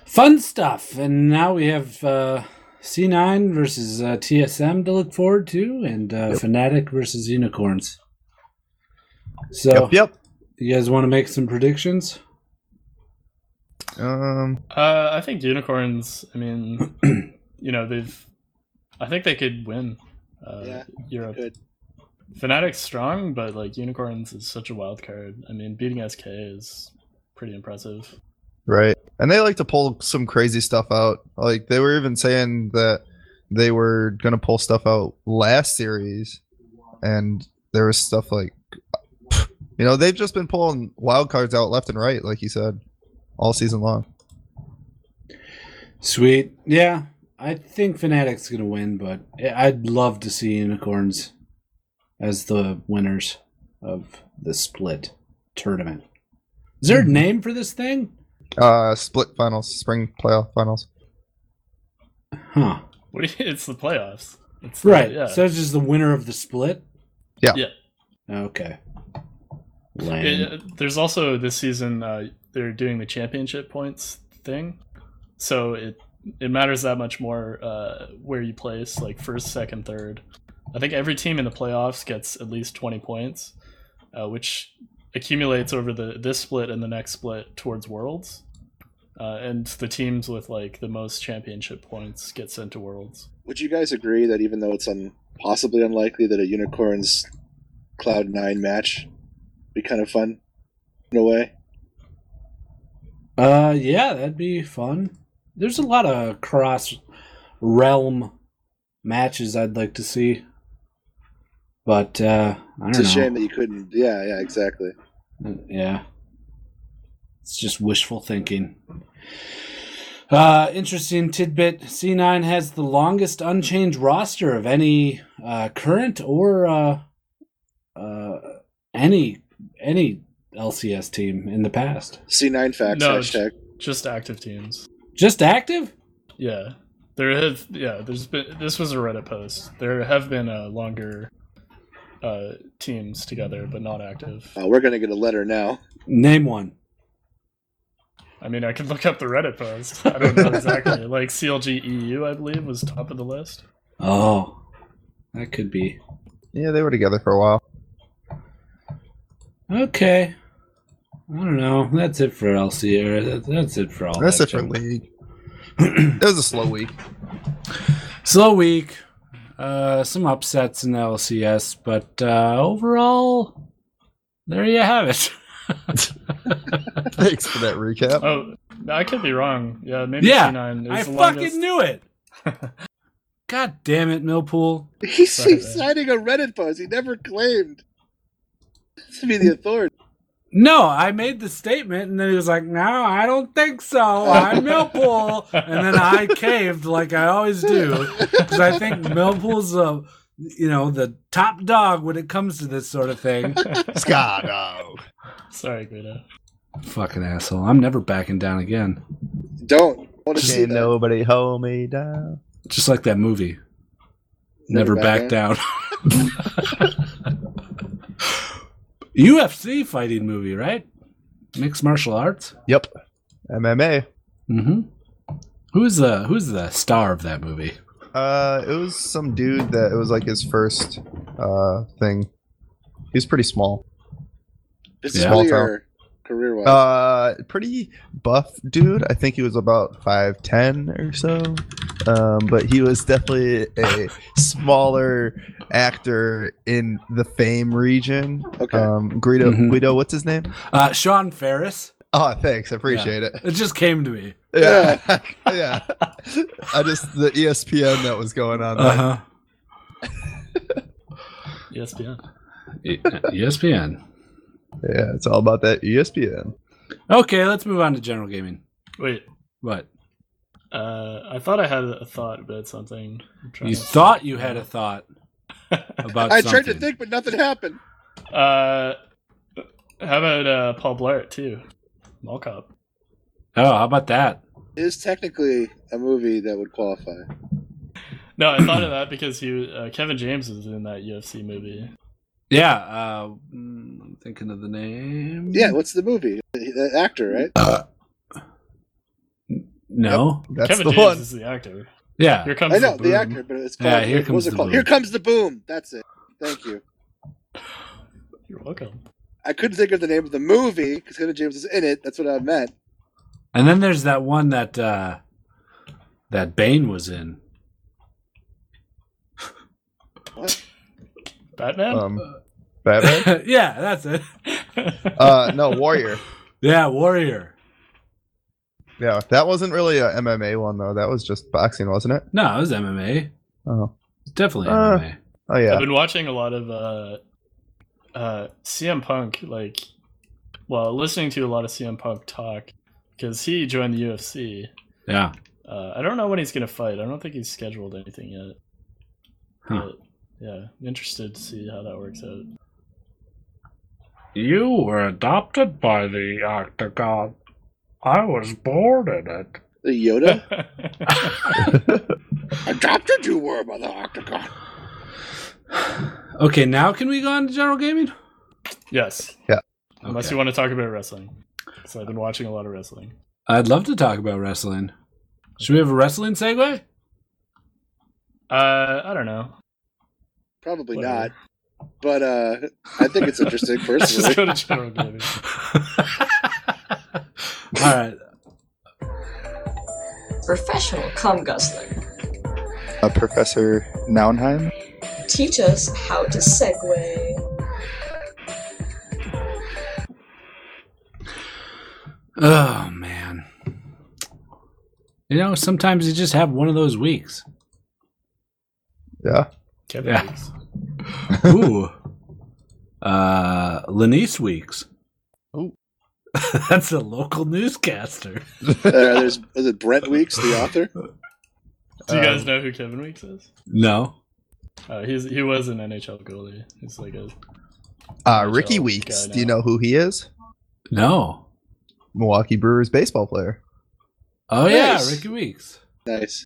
Speaker 1: Fun stuff. And now we have uh, C9 versus uh, TSM to look forward to, and uh, Fnatic versus Unicorns. So,
Speaker 3: yep, yep.
Speaker 1: you guys want to make some predictions?
Speaker 3: Um,
Speaker 4: Uh, I think unicorns. I mean, you know, they've. I think they could win. Uh,
Speaker 2: Yeah,
Speaker 4: Europe.
Speaker 2: Good.
Speaker 4: Fnatic's strong, but like unicorns is such a wild card. I mean, beating SK is pretty impressive.
Speaker 3: right. And they like to pull some crazy stuff out. Like they were even saying that they were gonna pull stuff out last series, and there was stuff like, you know, they've just been pulling wild cards out left and right, like you said, all season long.
Speaker 1: Sweet. Yeah, I think Fnatic's going to win, but I- I'd love to see Unicorns as the winners of the split tournament. Is
Speaker 4: Hmm.
Speaker 1: there a name for this thing?
Speaker 3: Uh, split finals, spring playoff finals.
Speaker 1: Huh.
Speaker 4: What do you, it's the playoffs. It's the-
Speaker 1: Right.
Speaker 4: Oh, yeah.
Speaker 1: So it's just the winner of the split?
Speaker 3: Yeah.
Speaker 4: Yeah.
Speaker 1: Okay.
Speaker 4: Yeah,
Speaker 1: Lame.
Speaker 4: yeah. there's also this season uh, they're doing the championship points thing, so it it matters that much more uh, where you place, like first, second, third. I think every team in the playoffs gets at least 20 points, uh, which accumulates over the this split and the next split towards worlds. Uh, and the teams with like the most championship points get sent to worlds.
Speaker 2: Would you guys agree that even though it's un- possibly unlikely that a unicorns cloud nine match be kind of fun in a way?
Speaker 1: Uh, yeah, that'd be fun. There's a lot of cross realm matches I'd like to see, but uh, I don't
Speaker 2: It's
Speaker 1: know.
Speaker 2: a shame that you couldn't. Yeah, yeah, exactly.
Speaker 1: Yeah, it's just wishful thinking. Uh, interesting tidbit: C9 has the longest unchanged roster of any uh, current or uh, uh, any any LCS team in the past.
Speaker 2: C9 facts
Speaker 4: No,
Speaker 2: hashtag.
Speaker 4: Just active teams.
Speaker 1: Just active.
Speaker 4: Yeah, there have yeah. There's been this was a Reddit post. There have been uh, longer uh, teams together, but not active.
Speaker 2: Oh, we're gonna get a letter now.
Speaker 1: Name one.
Speaker 4: I mean, I can look up the Reddit post. I don't know exactly. like CLG EU, E I believe, was top of the list.
Speaker 1: Oh, that could be.
Speaker 3: Yeah, they were together for a while.
Speaker 1: Okay. I don't know. That's it for LC. Or that- that's it for all.
Speaker 3: That's
Speaker 1: that
Speaker 3: it for
Speaker 1: junk.
Speaker 3: league. it was a slow week.
Speaker 1: Slow week. Uh, some upsets in LCS, but uh, overall, there you have it.
Speaker 3: Thanks for that recap.
Speaker 4: Oh, no, I could be wrong. Yeah, maybe
Speaker 1: Yeah,
Speaker 4: C9 is
Speaker 1: I fucking
Speaker 4: the longest.
Speaker 1: knew it. God damn it, Millpool.
Speaker 2: He's,
Speaker 4: Sorry,
Speaker 2: he's
Speaker 4: man.
Speaker 2: citing a Reddit post he never claimed to be the authority.
Speaker 1: No, I made the statement, and then he was like, "No, I don't think so. I'm Millpool," and then I caved like I always do because I think Millpool's a, you know, the top dog when it comes to this sort of thing.
Speaker 3: Scott, no.
Speaker 4: Sorry, Guido.
Speaker 1: Fucking asshole! I'm never backing down again.
Speaker 2: Don't want to see
Speaker 3: Can't
Speaker 2: that.
Speaker 3: nobody hold me down.
Speaker 1: Just like that movie, never,
Speaker 2: Never
Speaker 1: back
Speaker 2: Back
Speaker 1: down. UFC fighting movie, right? Mixed martial arts.
Speaker 3: Yep. MMA.
Speaker 1: Mm-hmm. Who's the Who's the star of that movie?
Speaker 3: Uh, it was some dude that it was like his first uh thing. He's pretty small.
Speaker 2: This
Speaker 1: Yeah.
Speaker 2: is
Speaker 3: Small town.
Speaker 2: your career wise.
Speaker 3: Uh, pretty buff dude. I think he was about five ten or so. Um, but he was definitely a smaller actor in the fame region.
Speaker 2: okay.
Speaker 3: Um, Guido,
Speaker 1: Mhm.
Speaker 3: Guido, what's his name?
Speaker 1: Uh, Sean Ferris.
Speaker 3: Oh, thanks, I appreciate it.
Speaker 1: It just came to me.
Speaker 3: Yeah, yeah. I just the E ESPN that was going on. there.
Speaker 2: Uh-huh.
Speaker 1: huh.
Speaker 4: ESPN.
Speaker 1: ESPN.
Speaker 3: Yeah, it's all about that E ESPN.
Speaker 1: Okay, let's move on to general gaming.
Speaker 4: Wait,
Speaker 1: What
Speaker 4: uh, I thought I had a thought about something. I'm trying
Speaker 1: you
Speaker 4: to-
Speaker 1: thought you had a thought about?
Speaker 2: I tried
Speaker 1: something.
Speaker 2: to think, but nothing happened.
Speaker 4: Uh, how about uh, Paul Blart too? Mall cop.
Speaker 1: Oh, how about that?
Speaker 3: Mm-hmm.
Speaker 2: It is technically a movie that would qualify.
Speaker 4: No, I thought of that because he uh, Kevin James was in that UFC movie.
Speaker 1: Yeah, uh, mm, I'm thinking of the name.
Speaker 2: Yeah, what's the movie? The actor, right?
Speaker 1: No.
Speaker 3: That's
Speaker 4: Kevin
Speaker 3: the
Speaker 4: James
Speaker 3: one.
Speaker 4: is the actor.
Speaker 1: Yeah.
Speaker 4: Here comes
Speaker 2: I know the,
Speaker 4: boom.
Speaker 2: actor, but it's
Speaker 1: Yeah,
Speaker 2: called.
Speaker 1: Here
Speaker 2: what was
Speaker 1: Comes
Speaker 2: it
Speaker 1: the
Speaker 2: called?
Speaker 1: Boom.
Speaker 2: Here comes the boom. That's it. Thank you.
Speaker 4: You're welcome.
Speaker 2: I couldn't think of the name of the movie because Kevin James is in it. That's what I meant.
Speaker 1: And then there's that one that uh, that Bane was in.
Speaker 4: Batman.
Speaker 3: Um, Batman.
Speaker 1: yeah, that's it.
Speaker 3: Uh, no, Warrior.
Speaker 1: Yeah, Warrior.
Speaker 3: Yeah, that wasn't really a MMA one though. That was just boxing, wasn't it?
Speaker 1: No, it was MMA.
Speaker 3: Oh,
Speaker 1: It's definitely
Speaker 3: Uh,
Speaker 1: MMA.
Speaker 3: oh yeah.
Speaker 4: I've been watching a lot of uh, uh, CM Punk, like, well, listening to a lot of CM Punk talk because he joined the UFC.
Speaker 1: Yeah.
Speaker 4: Uh, I don't know when he's gonna fight. I don't think he's scheduled anything yet.
Speaker 1: Huh.
Speaker 4: But, yeah, I'm interested to see how that works out.
Speaker 1: You were adopted by the Octagon. I was born in it.
Speaker 2: The Yoda. Adopted you were by the Octagon.
Speaker 1: Okay, now can we go on to general gaming?
Speaker 4: yes, unless
Speaker 1: Okay.
Speaker 4: you want to talk about wrestling. So I've been watching a lot of wrestling.
Speaker 1: I'd love to talk about wrestling. Should we have a wrestling segue?
Speaker 4: Uh, I don't know.
Speaker 2: Probably
Speaker 4: Whatever.
Speaker 2: not, but uh, I think it's interesting
Speaker 4: Let's
Speaker 2: personally.
Speaker 4: just go to general gaming.
Speaker 1: All right.
Speaker 7: Professional cum guzzler.
Speaker 3: Uh, Professor Naunheim.
Speaker 7: Teach us how to segue.
Speaker 1: Oh man. You know, sometimes you just have one of those weeks.
Speaker 3: Yeah.
Speaker 4: Kevin
Speaker 1: Yeah.
Speaker 4: Weeks.
Speaker 1: Ooh. uh Lanice Weeks.
Speaker 3: Ooh.
Speaker 1: That's a local newscaster.
Speaker 2: uh, there's was it Brent Weeks, the author?
Speaker 4: Do you guys
Speaker 3: Um,
Speaker 4: know who Kevin Weeks is?
Speaker 1: No.
Speaker 4: Uh, he's he was an NHL goalie. He's like a
Speaker 3: Uh, Ricky
Speaker 4: Guy
Speaker 3: Weeks.
Speaker 4: now.
Speaker 3: Do you know who he is?
Speaker 1: No.
Speaker 3: Milwaukee Brewers baseball player.
Speaker 1: Oh yeah,
Speaker 2: Nice.
Speaker 1: Ricky Weeks.
Speaker 2: Nice.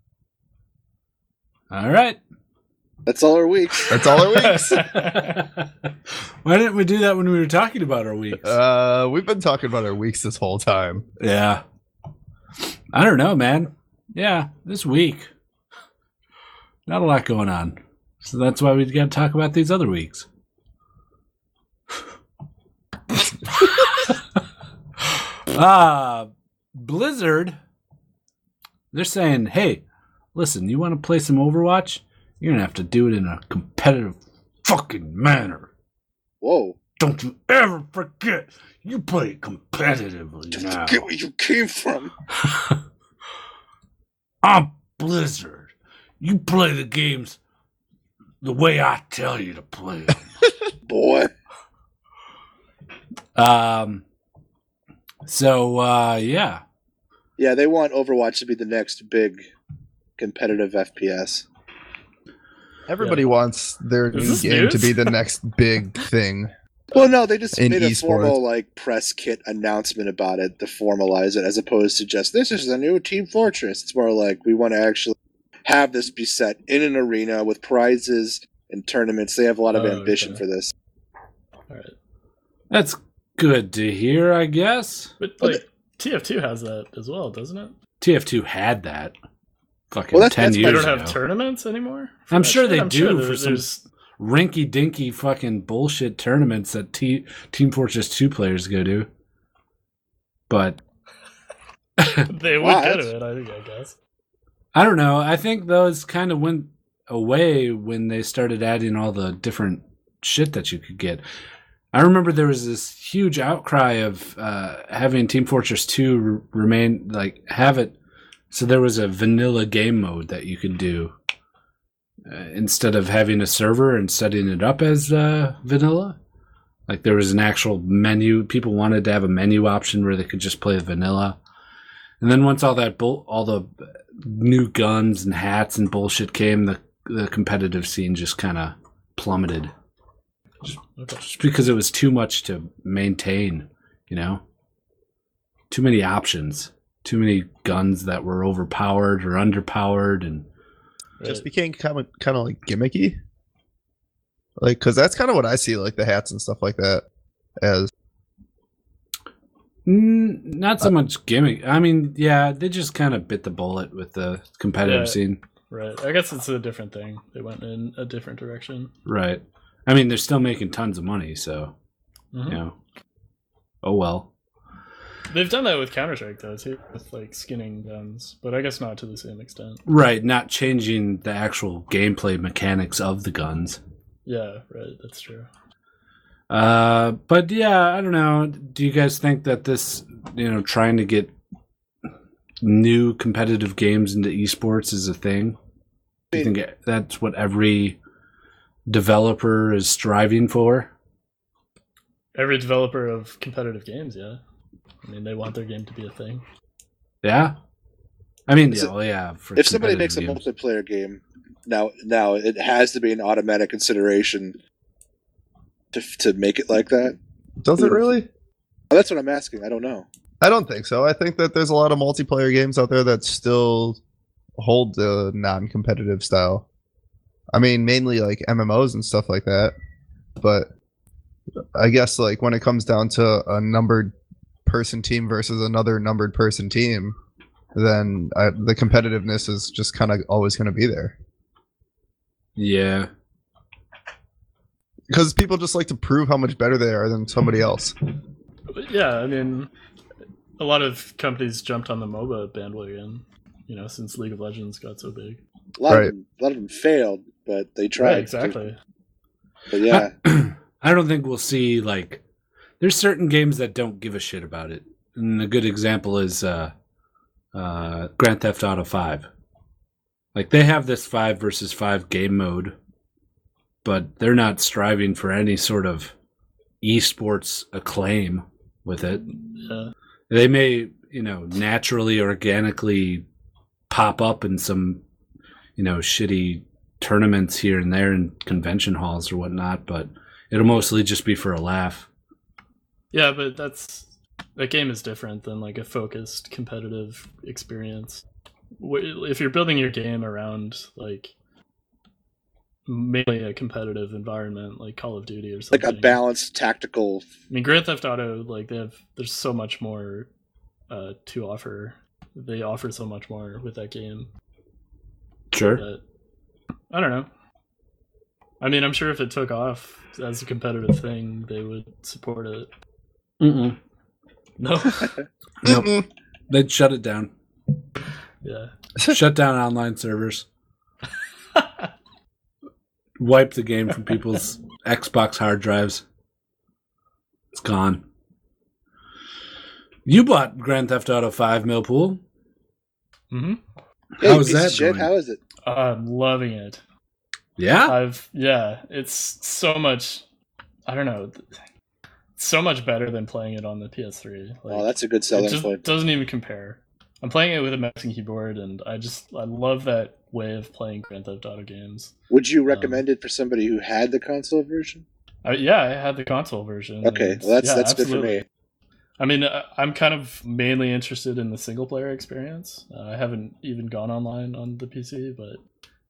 Speaker 1: All right.
Speaker 2: That's all our weeks.
Speaker 3: That's all our weeks.
Speaker 1: Why didn't we do that when we were talking about our weeks?
Speaker 3: uh, we've been talking about our weeks this whole time.
Speaker 1: yeah. I don't know, man. Yeah, this week. Not a lot going on. So that's why we got to talk about these other weeks. uh, Blizzard, they're saying, hey, listen, you want to play some Overwatch? You're going to have to do it in a competitive fucking manner.
Speaker 2: Whoa!
Speaker 1: Don't you ever forget, you play competitively now.
Speaker 2: Get where you came from.
Speaker 1: I'm Blizzard. You play the games the way I tell you to play. 'em.
Speaker 2: Boy,
Speaker 1: um. So uh, yeah,
Speaker 2: yeah, they want Overwatch to be the next big competitive FPS.
Speaker 3: Everybody wants their
Speaker 4: Is
Speaker 3: new
Speaker 4: this
Speaker 3: game to
Speaker 4: news?
Speaker 3: be the next big thing.
Speaker 2: Well, no, they just
Speaker 3: In
Speaker 2: made a
Speaker 3: esports.
Speaker 2: formal like press kit announcement about it to formalize it, as opposed to just this is the new Team Fortress. It's more like we want to actually have this be set in an arena with prizes and tournaments. They have a lot of
Speaker 4: Oh,
Speaker 2: ambition
Speaker 4: okay.
Speaker 2: for this.
Speaker 4: all right.
Speaker 1: that's good to hear. I guess
Speaker 4: But like TF2 has that as well, doesn't it?
Speaker 1: TF2 had that fucking
Speaker 2: Well, that's-
Speaker 1: ten
Speaker 2: that's-
Speaker 4: They
Speaker 1: years
Speaker 4: don't have
Speaker 1: ago.
Speaker 4: tournaments anymore. for
Speaker 1: I'm
Speaker 4: that
Speaker 1: sure
Speaker 4: shit?
Speaker 1: they do
Speaker 4: there-
Speaker 1: for some-
Speaker 4: there's-
Speaker 1: Rinky dinky fucking bullshit tournaments that T- Team Fortress 2 players go to. But
Speaker 4: They would
Speaker 2: Wow,
Speaker 4: get
Speaker 2: that's-
Speaker 4: it. I think. I guess.
Speaker 1: I don't know. I think those kind of went away when they started adding all the different shit that you could get. I remember there was this huge outcry of uh, having Team Fortress 2 re- remain, like, have it. So there was a vanilla game mode that you could do uh, instead of having a server and setting it up as uh, vanilla. Like, there was an actual menu. People wanted to have a menu option where they could just play vanilla. And then once all that bull, all the new guns and hats and bullshit came, the the competitive scene just kind of plummeted.
Speaker 4: Okay.
Speaker 1: Just because it was too much to maintain, you know. Too many options, too many guns that were overpowered or underpowered, and
Speaker 4: Right.
Speaker 3: just became kind of kind of like gimmicky. Like, cause that's kind of what I see, like the hats and stuff like that, as
Speaker 1: Mm, not so much gimmick. I mean, yeah, they just kind of bit the bullet with the competitive
Speaker 4: Yeah.
Speaker 1: scene,
Speaker 4: right. I guess it's a different thing. They went in a different direction.
Speaker 1: right? I mean, they're still making tons of money, so
Speaker 4: Mhm.
Speaker 1: you know. Oh well.
Speaker 4: They've done that with Counter Strike though too, with like skinning guns, but I guess not to the same extent.
Speaker 1: Right, not changing the actual gameplay mechanics of the guns.
Speaker 4: Yeah, right. That's true.
Speaker 1: Uh, but yeah, I don't know. Do you guys think that this, you know, trying to get new competitive games into esports is a thing? Do you think it- that's what every developer is striving for?
Speaker 4: Every developer of competitive games, yeah. I mean, they want their game to be a thing.
Speaker 1: Yeah. I mean,
Speaker 2: Is
Speaker 1: yeah,
Speaker 2: it-
Speaker 1: well, yeah. For
Speaker 2: if somebody makes
Speaker 1: competitive
Speaker 2: a
Speaker 1: games.
Speaker 2: multiplayer game now now it has to be an automatic consideration to, to make it like that
Speaker 3: does it really?
Speaker 2: that's what i'm asking i don't know
Speaker 3: I don't think so. I think that there's a lot of multiplayer games out there that still hold the non-competitive style. I mean, mainly like MMOs and stuff like that. But I guess like when it comes down to a numbered person team versus another numbered person team, then I, the competitiveness is just kind of always going to be there
Speaker 1: yeah.
Speaker 3: because people just like to prove how much better they are than somebody else.
Speaker 4: But yeah, I mean, a lot of companies jumped on the MOBA bandwagon, you know, since League of Legends got so big.
Speaker 2: a lot,
Speaker 3: Right.
Speaker 2: of, them, a lot of them failed but they tried
Speaker 4: Right, exactly.
Speaker 2: but yeah
Speaker 1: I don't think we'll see like there's certain games that don't give a shit about it. And a good example is uh uh Grand Theft Auto 5. Like they have this 5 versus 5 game mode, but they're not striving for any sort of esports acclaim with it.
Speaker 4: Yeah.
Speaker 1: They may, you know, naturally organically pop up in some you know, shitty tournaments here and there in convention halls or whatnot, but It'll mostly just be for a laugh.
Speaker 4: Yeah, but that's that game is different than like a focused competitive experience. Wh- If you're building your game around like mainly a competitive environment, like Call of Duty or
Speaker 2: like
Speaker 4: something,
Speaker 2: a balanced tactical
Speaker 4: I mean, Grand Theft Auto, like they have, there's so much more uh, to offer. They offer so much more with that game
Speaker 1: Sure.
Speaker 4: that I don't know. I mean, I'm sure if it took off as a competitive thing, they would support it.
Speaker 1: Mm-mm.
Speaker 4: No,
Speaker 1: Nope.
Speaker 3: Mm-mm.
Speaker 1: They'd shut it down.
Speaker 4: yeah,
Speaker 1: shut down online servers. Wipe the game from people's Xbox hard drives. It's gone. You bought Grand Theft Auto Five Millpool.
Speaker 4: mm-hmm.
Speaker 2: hey,
Speaker 1: How's
Speaker 2: piece of
Speaker 1: that
Speaker 2: shit
Speaker 1: going?
Speaker 2: how is it
Speaker 4: I'm loving it.
Speaker 1: Yeah.
Speaker 4: I've yeah, it's so much. I don't know, so much better than playing it on the PS3. Like,
Speaker 2: oh that's a good
Speaker 4: it
Speaker 2: selling
Speaker 4: just
Speaker 2: point
Speaker 4: doesn't even compare. I'm playing it with a Mexican keyboard, and I just I love that way of playing Grand Theft Auto games.
Speaker 2: would you recommend it for somebody who had the console version
Speaker 4: I, yeah, I had the console version.
Speaker 2: okay
Speaker 4: and-
Speaker 2: well, that's
Speaker 4: Mm, yeah,
Speaker 2: that's
Speaker 4: absolutely.
Speaker 2: good
Speaker 4: I mean, I- I'm kind of mainly interested in the single player experience. Uh, I haven't even gone online on the PC, but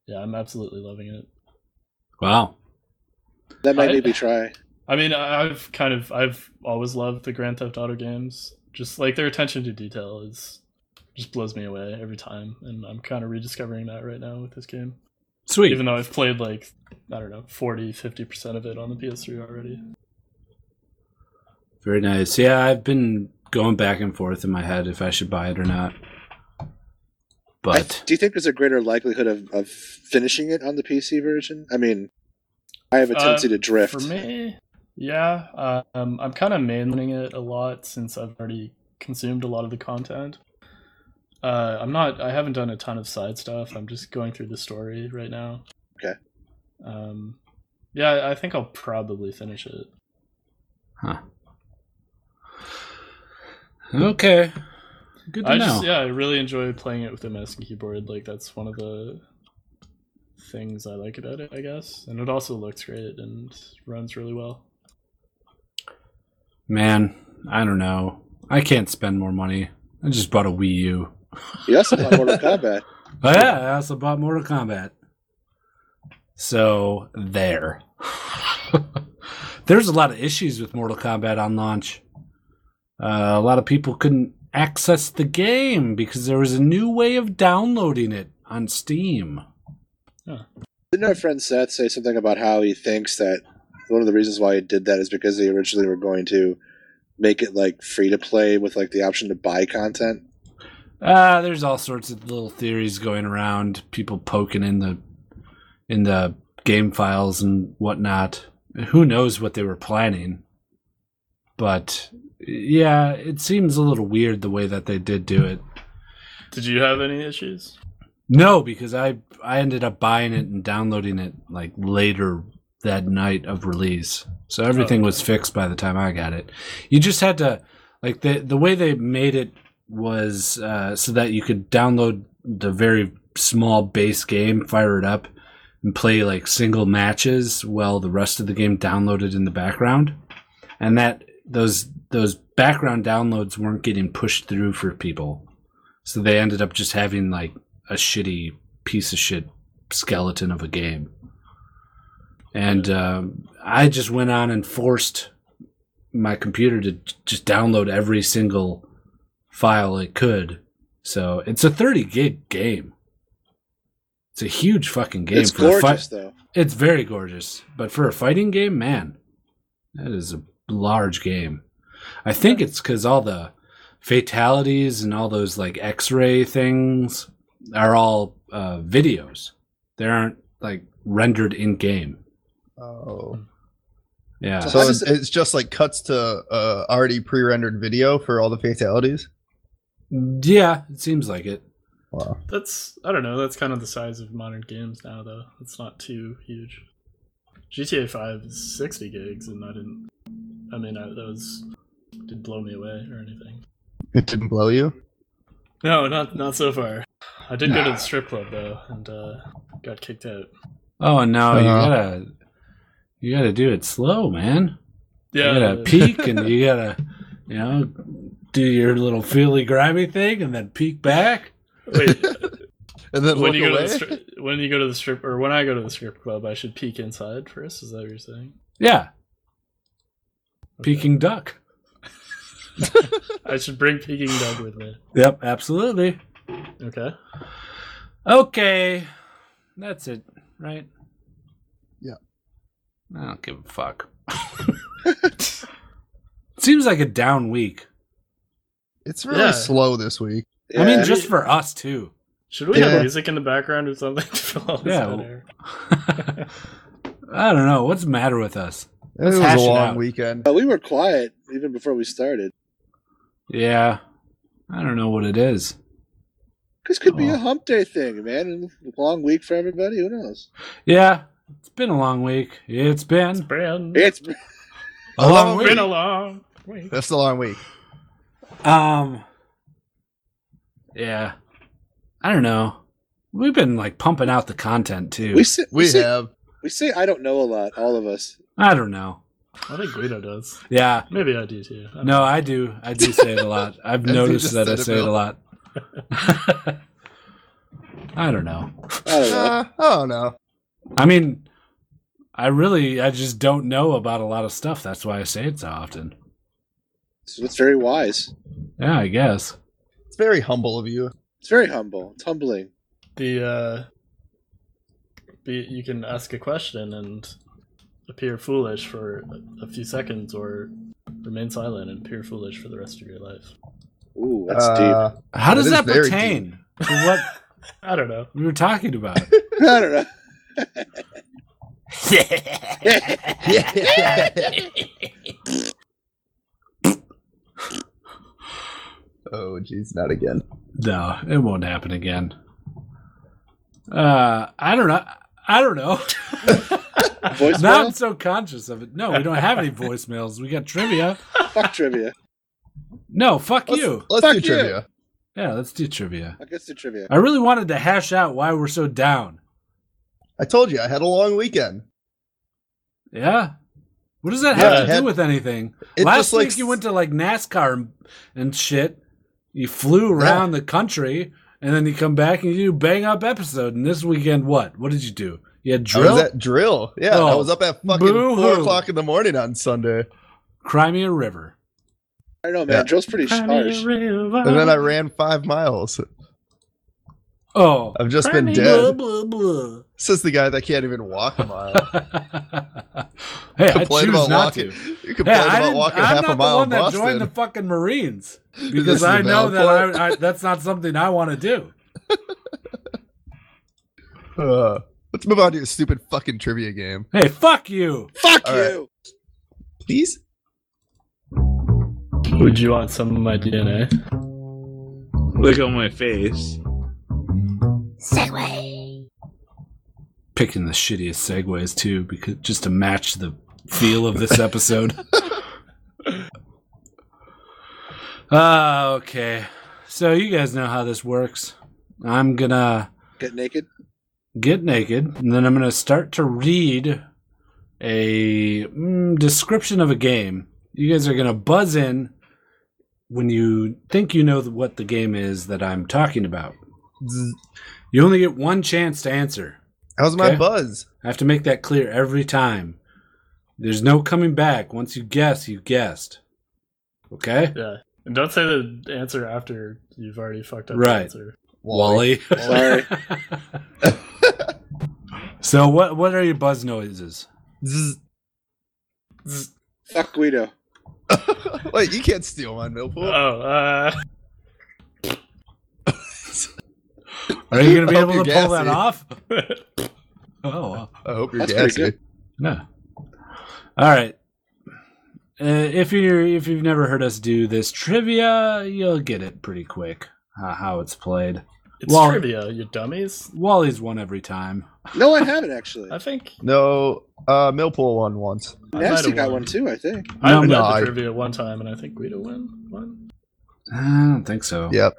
Speaker 4: yeah, I'm absolutely loving it.
Speaker 1: Wow.
Speaker 2: for me that might
Speaker 4: I-
Speaker 2: maybe try
Speaker 4: I mean, I- I've kind of I've always loved the Grand Theft Auto games. Just like their attention to detail is just blows me away every time, and I'm kind of rediscovering that right now with this game.
Speaker 1: Sweet.
Speaker 4: Even though I've played like I don't know 40, 50% of it on the PS3 already.
Speaker 1: Very nice. Yeah, I've been going back and forth in my head if I should buy it or not.
Speaker 2: I-
Speaker 1: But
Speaker 2: do you think there's a greater likelihood of, of finishing it on the pc version i mean i have a
Speaker 4: Uh,
Speaker 2: tendency to drift
Speaker 4: For me, yeah, um, I'm kind of mainlining it a lot since I've already consumed a lot of the content. Uh, I'm not. I haven't done a ton of side stuff. I'm just going through the story right now.
Speaker 2: Okay.
Speaker 4: Um, yeah, I think I'll probably finish it.
Speaker 1: okay. Good to
Speaker 4: I
Speaker 1: know.
Speaker 4: just yeah, I really enjoy playing it with a mouse and keyboard. Like that's one of the things I like about it, I guess. And it also looks great and runs really well.
Speaker 1: Man, I don't know. I can't spend more money. I just bought a Wii U.
Speaker 2: you also bought mortal kombat
Speaker 1: Oh yeah, I also bought Mortal Kombat. So there. There's a lot of issues with Mortal Kombat on launch. Uh, a lot of people couldn't access the game because there was a new way of downloading it on Steam.
Speaker 2: Didn't our friend Seth say something about how he thinks that one of the reasons why he did that is because they originally were going to make it like free to play with like the option to buy content?
Speaker 1: Uh, there's all sorts of little theories going around. People poking in the in the game files and whatnot. Who knows what they were planning? But yeah, it seems a little weird the way that they did do it.
Speaker 4: Did you have any issues?
Speaker 1: No, because I I ended up buying it and downloading it like later that night of release. So everything was fixed by the time I got it. You just had to like the the way they made it was uh, so that you could download the very small base game, fire it up, and play like single matches while the rest of the game downloaded in the background. And that those those background downloads weren't getting pushed through for people. So they ended up just having like a shitty piece of shit skeleton of a game. And um, I just went on and forced my computer to j- just download every single file it could. So it's a 30 gig game. It's a huge fucking game.
Speaker 2: it's
Speaker 1: for a fi-
Speaker 2: gorgeous though.
Speaker 1: it's very gorgeous, but for a fighting game, man, that is a large game. I think it's because all the fatalities and all those like X-ray things are all uh, videos. They aren't like rendered in game.
Speaker 3: Oh.
Speaker 1: Yeah,
Speaker 2: So
Speaker 3: So
Speaker 2: how
Speaker 3: it's,
Speaker 2: does it-
Speaker 3: it's just like cuts to uh, already pre-rendered video for all the fatalities.
Speaker 1: yeah, it seems like it.
Speaker 3: Wow.
Speaker 4: That's I don't know. That's kind of the size of modern games now, though. It's not too huge. GTA Five is sixty gigs, and I didn't. I mean, I, that was didn't blow me away or anything.
Speaker 3: It didn't blow you.
Speaker 4: No, not not so far. I did go to the strip club though, and uh, got kicked out.
Speaker 1: Oh no, you
Speaker 3: Uh-huh.
Speaker 1: gotta you gotta do it slow, man.
Speaker 4: Yeah,
Speaker 1: you gotta peek and you gotta you know do your little feely grimy thing and then peek back.
Speaker 4: wait.
Speaker 3: And then
Speaker 4: when
Speaker 3: look
Speaker 4: you go to
Speaker 3: away.
Speaker 4: the stri- when you go to the strip or when I go to the strip club, I should peek inside first. Is that what you're saying?
Speaker 1: Yeah, peeking duck.
Speaker 4: I should bring peeking dog with me.
Speaker 1: Yep, absolutely.
Speaker 4: Okay.
Speaker 1: Okay, that's it, right?
Speaker 3: Yeah.
Speaker 1: I don't give a fuck. Seems like a down week.
Speaker 3: it's really
Speaker 4: Yeah.
Speaker 3: slow this week.
Speaker 1: I mean,
Speaker 2: Yeah.
Speaker 1: just for us too.
Speaker 4: Should we
Speaker 3: Yeah.
Speaker 4: have music in the background or something to fill all this
Speaker 1: Yeah,
Speaker 4: out
Speaker 1: well,
Speaker 4: here?
Speaker 1: I don't know what's the matter with us.
Speaker 3: It was
Speaker 1: hash
Speaker 3: a
Speaker 1: it
Speaker 3: long
Speaker 1: out.
Speaker 3: weekend.
Speaker 2: Uh, we were quiet even before we started.
Speaker 1: Yeah, I don't know what it is.
Speaker 2: This could be
Speaker 1: Oh.
Speaker 2: a hump day thing, man. A long week for everybody. Who knows?
Speaker 1: Yeah, it's been a long week. It's been
Speaker 4: Brand.
Speaker 2: It's
Speaker 1: a long
Speaker 4: been
Speaker 1: week.
Speaker 4: a long week.
Speaker 3: Oh, That's the long week.
Speaker 1: Um. Yeah, I don't know. We've been like pumping out the content too.
Speaker 2: we say, we,
Speaker 3: We
Speaker 2: say,
Speaker 3: have
Speaker 2: we say I don't know a lot. All of us.
Speaker 1: I don't know.
Speaker 4: I think Guido does.
Speaker 1: Yeah.
Speaker 4: Maybe I do too. I don't
Speaker 1: No, I do. I do say it a lot. I've
Speaker 3: You
Speaker 1: noticed
Speaker 3: just
Speaker 1: that I
Speaker 3: said it,
Speaker 1: say it a
Speaker 3: Bill.
Speaker 1: lot. I don't know.
Speaker 2: I don't know.
Speaker 3: Uh, I don't know.
Speaker 1: I mean, I really, I just don't know about a lot of stuff. That's why I say it so often.
Speaker 2: It's, it's very wise.
Speaker 1: Yeah, I guess.
Speaker 3: It's very humble of you.
Speaker 2: It's very humble. It's humbling.
Speaker 4: the uh be, you can ask a question and appear foolish for a few seconds or remain silent and appear foolish for the rest of your life
Speaker 2: Ooh, that's
Speaker 3: Uh,
Speaker 1: How does
Speaker 3: is
Speaker 1: that
Speaker 3: very
Speaker 1: pertain to what
Speaker 4: i don't know
Speaker 1: we were talking about?
Speaker 2: deep. I don't know.
Speaker 3: oh, jeez, not again.
Speaker 1: No, it won't happen again. Uh, I don't know. I don't know. now I'm
Speaker 2: Voicemail.
Speaker 1: so conscious of it. No, we don't have any voicemails. We got trivia.
Speaker 2: Fuck trivia.
Speaker 1: No, fuck
Speaker 3: Let's,
Speaker 1: you.
Speaker 3: let's
Speaker 2: Fuck
Speaker 3: do
Speaker 2: you.
Speaker 3: trivia.
Speaker 1: Yeah, let's do trivia.
Speaker 2: I guess the trivia.
Speaker 1: I really wanted to hash out why we're so down.
Speaker 3: I told you I had a long weekend.
Speaker 1: Yeah. What does that
Speaker 3: Yeah,
Speaker 1: have
Speaker 3: it
Speaker 1: to
Speaker 3: had-
Speaker 1: do with anything?
Speaker 3: It
Speaker 1: Last
Speaker 3: just, like,
Speaker 1: week you went to like NASCAR and, and shit. You flew around the country and then you come back and you do bang up episode. And this weekend, what? What did you do? Yeah,
Speaker 3: I
Speaker 1: drill.
Speaker 3: was at drill. Yeah, I
Speaker 1: Oh.
Speaker 3: was up at fucking four
Speaker 1: Boo-hoo.
Speaker 3: o'clock in the morning on Sunday,
Speaker 1: Crimea River.
Speaker 2: I don't know, man.
Speaker 3: Yeah.
Speaker 2: Drill's pretty harsh.
Speaker 3: and then I ran five miles.
Speaker 1: Oh.
Speaker 3: I've just been
Speaker 4: Blah,
Speaker 3: dead.
Speaker 4: blah, blah.
Speaker 3: This is the guy that can't even walk a mile.
Speaker 1: hey, I
Speaker 3: Complain
Speaker 1: choose
Speaker 3: about
Speaker 1: not
Speaker 3: walking.
Speaker 1: to.
Speaker 3: You
Speaker 1: Hey,
Speaker 3: complain
Speaker 1: I
Speaker 3: about
Speaker 1: didn't,
Speaker 3: walking
Speaker 1: I'm
Speaker 3: half
Speaker 1: not
Speaker 3: a mile in
Speaker 1: the one that joined the
Speaker 3: Boston.
Speaker 1: fucking Marines
Speaker 3: This
Speaker 1: because
Speaker 3: is
Speaker 1: I
Speaker 3: a
Speaker 1: know
Speaker 3: valid
Speaker 1: that I, I, that's not something I want to do.
Speaker 3: Uh, let's move on to your stupid fucking trivia game.
Speaker 1: Hey, fuck you.
Speaker 2: Fuck
Speaker 3: All right.
Speaker 2: you.
Speaker 3: These?
Speaker 4: Would you want some of my DNA?
Speaker 8: Look on my face.
Speaker 1: Picking the shittiest segues too, because just to match the feel of this episode. Ah, okay. So you guys know how this works. I'm gonna
Speaker 2: Get naked.
Speaker 1: get naked, and then I'm going to start to read a mm, description of a game. You guys are going to buzz in when you think you know th- what the game is that I'm talking about.
Speaker 3: Zzz.
Speaker 1: You only get one chance to answer.
Speaker 3: How's my
Speaker 1: Okay.
Speaker 3: buzz?
Speaker 1: I have to make that clear every time. There's no coming back. Once you guess, you guessed. Okay?
Speaker 4: Yeah. And don't say the answer after you've already fucked up the
Speaker 1: Right.
Speaker 4: answer.
Speaker 1: Wally.
Speaker 2: Sorry.
Speaker 1: so what what are your buzz noises?
Speaker 3: Zzz.
Speaker 2: Fuck Guido.
Speaker 3: Wait, you can't steal my Millpool.
Speaker 4: Oh, uh,
Speaker 1: Are you going to be
Speaker 3: Hope
Speaker 1: able to
Speaker 3: you're
Speaker 1: pull that
Speaker 3: gassy.
Speaker 1: off? Oh, well.
Speaker 3: I hope you're
Speaker 2: That's pretty
Speaker 3: gassy.
Speaker 2: good.
Speaker 1: No. All right. Uh, if you're if you've never heard us do this trivia, you'll get it pretty quick uh, how it's played.
Speaker 4: it's
Speaker 1: Well-
Speaker 4: trivia, you dummies.
Speaker 1: Wally's won every time.
Speaker 2: No, I haven't actually.
Speaker 4: I think
Speaker 3: No, uh, Millpool won once.
Speaker 4: I might
Speaker 2: Nasty
Speaker 4: have
Speaker 2: got
Speaker 4: won.
Speaker 2: one too, I think.
Speaker 4: I
Speaker 1: No,
Speaker 4: read
Speaker 3: no,
Speaker 4: the
Speaker 3: I-
Speaker 4: trivia one time, and I think Guido won. One.
Speaker 1: I don't think so.
Speaker 3: Yep.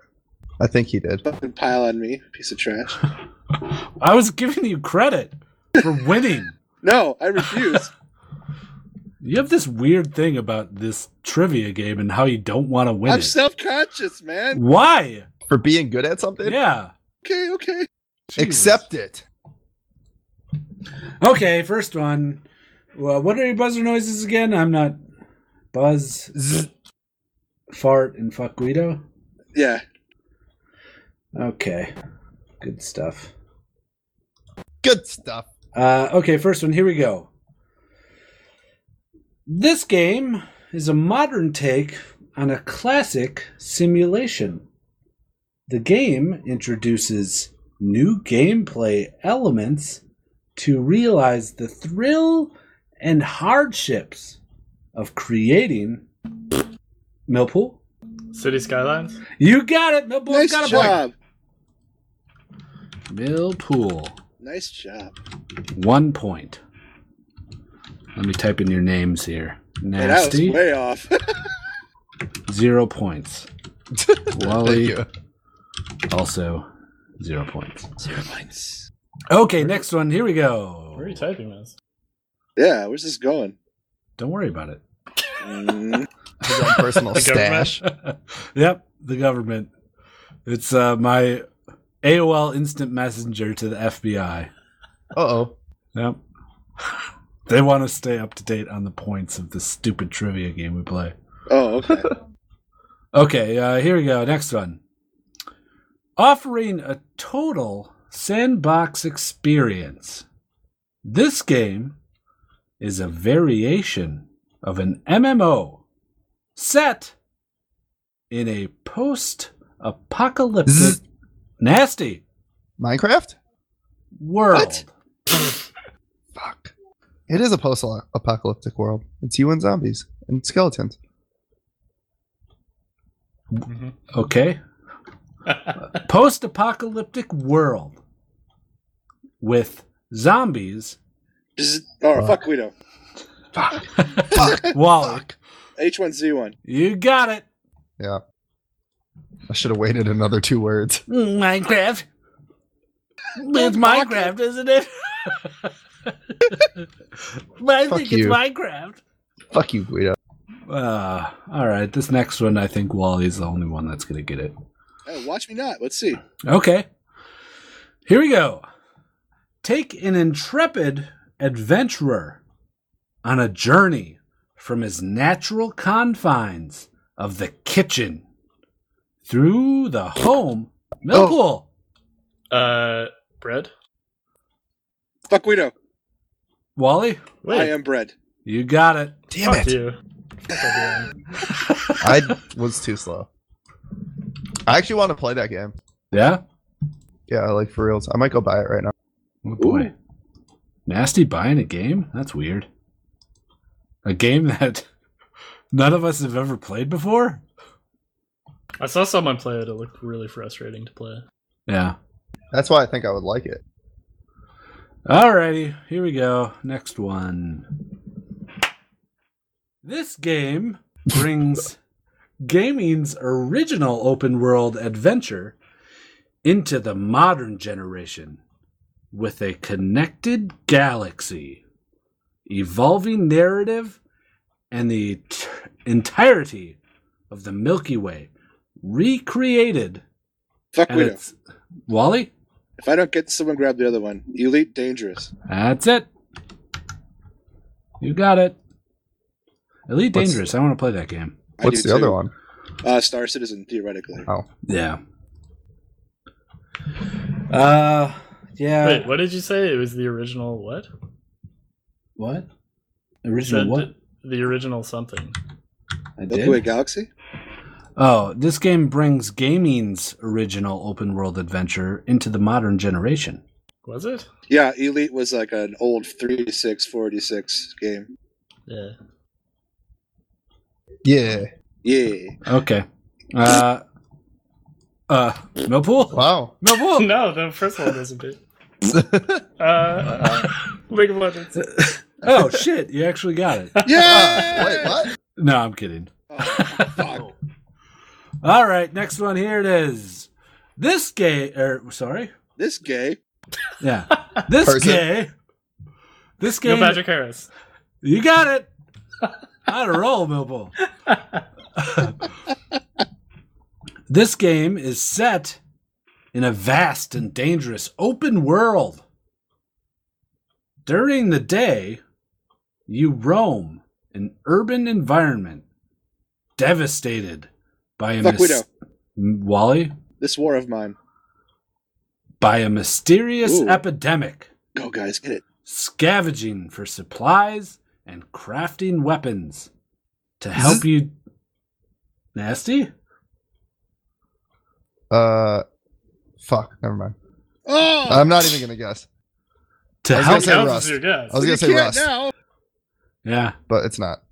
Speaker 3: I think he did.
Speaker 2: Fucking pile on me, piece of trash.
Speaker 1: I was giving you credit for winning.
Speaker 2: No, I refuse.
Speaker 1: you have this weird thing about this trivia game and how you don't want to win
Speaker 2: I'm
Speaker 1: it.
Speaker 2: self conscious, man.
Speaker 1: Why?
Speaker 3: For being good at something?
Speaker 1: yeah.
Speaker 2: Okay, okay.
Speaker 1: Jesus.
Speaker 3: Accept it.
Speaker 1: Okay, first one. Well, what are your buzzer noises again? I'm not buzz,
Speaker 3: Zzz.
Speaker 1: fart, and fuck Guido.
Speaker 2: Yeah.
Speaker 1: Okay. Good stuff.
Speaker 3: Good stuff.
Speaker 1: Uh, okay, first one. Here we go. This game is a modern take on a classic simulation. The game introduces new gameplay elements to realize the thrill and hardships of creating Millpool.
Speaker 4: City Skylines?
Speaker 1: You got it. Millpool
Speaker 2: nice
Speaker 1: got a
Speaker 2: job.
Speaker 1: point. Millpool.
Speaker 2: Nice job.
Speaker 1: One point. Let me type in your names here.
Speaker 2: Man, I was
Speaker 1: Nasty.
Speaker 2: way off.
Speaker 1: Zero points.
Speaker 3: Thank
Speaker 1: Wally
Speaker 3: you.
Speaker 1: also zero points.
Speaker 2: Zero points.
Speaker 1: Okay, next one. Here we go.
Speaker 4: Where are you typing this?
Speaker 2: Yeah, where's this going?
Speaker 1: Don't worry about it.
Speaker 2: Mm,
Speaker 3: His own personal
Speaker 4: The government.
Speaker 3: stash.
Speaker 1: yep, the government. It's uh, my AOL instant messenger to the FBI.
Speaker 3: Uh oh.
Speaker 1: Yep. They want to stay up to date on the points of this stupid trivia game we play.
Speaker 2: oh, okay.
Speaker 1: Okay, uh, here we go. Next one. Offering a total sandbox experience. This game is a variation of an MMO set in a post apocalyptic,
Speaker 3: Zzz.
Speaker 1: nasty
Speaker 3: Minecraft?
Speaker 1: world.
Speaker 3: What? Fuck. It is a post apocalyptic world. It's you and zombies and skeletons.
Speaker 1: Okay. Post apocalyptic world with zombies.
Speaker 2: Bzz. oh, fuck Guido.
Speaker 1: Wally,
Speaker 2: H1Z1.
Speaker 1: you got it.
Speaker 3: Yeah. I should have waited another two words.
Speaker 1: Minecraft. It's Minecraft, isn't it? I
Speaker 3: Fuck you.
Speaker 1: Minecraft.
Speaker 3: Fuck you, Guido.
Speaker 1: Uh, all right, this next one, I think Wally's the only one that's going to get it.
Speaker 2: Oh, watch me not. Let's see.
Speaker 1: Okay. Here we go. Take an intrepid adventurer on a journey from his natural confines of the kitchen through the home Millpool.
Speaker 4: Uh, bread.
Speaker 2: Fuck we know.
Speaker 1: Wally,
Speaker 4: Wait,
Speaker 2: I am bread.
Speaker 1: you got it.
Speaker 3: Damn
Speaker 4: fuck
Speaker 3: it!
Speaker 4: you. Fucking-
Speaker 3: I was too slow. I actually want to play that game.
Speaker 1: Yeah?
Speaker 3: Yeah, like for reals. I might go buy it right now.
Speaker 1: Oh boy. Nasty buying a game? That's weird. A game that none of us have ever played before?
Speaker 4: I saw someone play it. It looked really frustrating to play.
Speaker 1: Yeah.
Speaker 3: That's why I think I would like it.
Speaker 1: Alrighty, here we go. Next one. This game brings gaming's original open world adventure into the modern generation with a connected galaxy, evolving narrative, and the t- entirety of the Milky Way recreated.
Speaker 2: Fuck
Speaker 1: And
Speaker 2: we know.
Speaker 1: it's Wally?
Speaker 2: If I don't get someone, grab the other one. Elite dangerous.
Speaker 1: That's it. You got it. Elite
Speaker 3: What's-
Speaker 1: Dangerous. I want to play that game.
Speaker 2: I
Speaker 3: What's
Speaker 2: do
Speaker 3: the other
Speaker 2: too.
Speaker 3: one? Oh.
Speaker 2: Uh, Star Citizen, theoretically.
Speaker 1: Yeah. Uh, yeah.
Speaker 4: Wait, what did you say? It was the original what?
Speaker 1: What? Original
Speaker 4: The-
Speaker 1: what?
Speaker 4: The original something.
Speaker 1: I
Speaker 2: Milky Way
Speaker 1: did.
Speaker 2: Galaxy.
Speaker 1: Oh, this game brings gaming's original open world adventure into the modern generation.
Speaker 4: Was it?
Speaker 2: Yeah, Elite was like an old 36, 46 game.
Speaker 4: Yeah.
Speaker 3: Yeah.
Speaker 2: Yeah.
Speaker 1: Okay. Uh, uh, Millpool?
Speaker 3: Wow.
Speaker 1: Millpool!
Speaker 4: No, the first one doesn't be. Uh, League of Legends.
Speaker 1: oh, shit. You actually got it.
Speaker 2: Yeah.
Speaker 3: Wait, what?
Speaker 1: No, I'm kidding.
Speaker 2: Fuck.
Speaker 1: All right, next one. Here it is. This gay, or sorry,
Speaker 2: This gay.
Speaker 1: yeah, this
Speaker 3: Person.
Speaker 1: gay, this
Speaker 4: Neil
Speaker 1: game.
Speaker 4: Patrick Harris.
Speaker 1: You got it. On a roll, Millpool. this game is set in a vast and dangerous open world. During the day, you roam an urban environment devastated by a
Speaker 2: Fuck
Speaker 1: mis- Wally
Speaker 2: This war of mine.
Speaker 1: by a mysterious
Speaker 2: Ooh.
Speaker 1: epidemic.
Speaker 2: Go, guys. Get it.
Speaker 1: scavenging for supplies and crafting weapons to help you. Nasty?
Speaker 3: Uh, fuck. Never mind.
Speaker 2: Oh!
Speaker 3: I'm not even gonna guess. I
Speaker 1: To
Speaker 3: was gonna
Speaker 1: help,
Speaker 3: say
Speaker 4: Counts
Speaker 3: Rust.
Speaker 4: as your guess.
Speaker 3: I was gonna
Speaker 2: you
Speaker 3: say
Speaker 2: can't
Speaker 3: Rust,
Speaker 2: now.
Speaker 1: yeah,
Speaker 3: but it's not.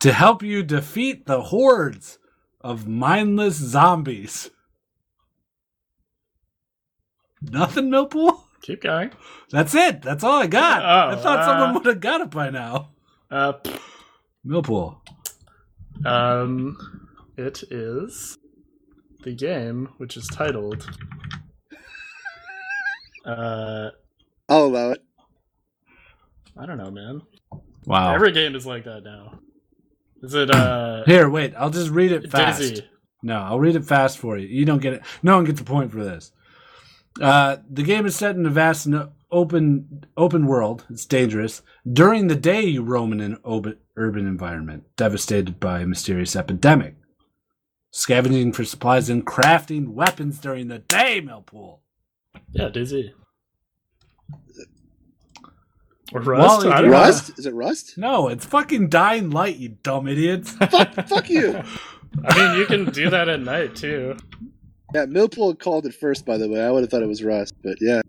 Speaker 1: to help you defeat the hordes of mindless zombies. Nothing, Millpool.
Speaker 4: Keep going.
Speaker 1: That's it. That's all I got.
Speaker 4: Oh,
Speaker 1: I thought
Speaker 4: uh,
Speaker 1: someone would have got it by now.
Speaker 4: Uh, pff,
Speaker 1: Millpool.
Speaker 4: um, it is the game which is titled. Uh,
Speaker 2: I'll allow it.
Speaker 4: I don't know, man.
Speaker 1: Wow.
Speaker 4: Every game is like that now. Is it uh?
Speaker 1: Here, wait. I'll just read it fast.
Speaker 4: Dizzy.
Speaker 1: No, I'll read it fast for you. You don't get it. No one gets a point for this. Uh, the game is set in a vast and open open world. It's dangerous. During the day, you roam in an ob- urban environment devastated by a mysterious epidemic. Scavenging for supplies and crafting weapons during the day, Millpool.
Speaker 4: Yeah, Dizzy. Or
Speaker 1: Wally,
Speaker 4: Rust? I don't know.
Speaker 1: Rust?
Speaker 2: Rust? Is it Rust?
Speaker 1: No, it's fucking Dying Light, you dumb idiots.
Speaker 2: fuck, fuck you.
Speaker 4: I mean, you can do that at night too.
Speaker 2: Yeah, Millpool called it first, by the way. I would have thought it was Rust, but yeah.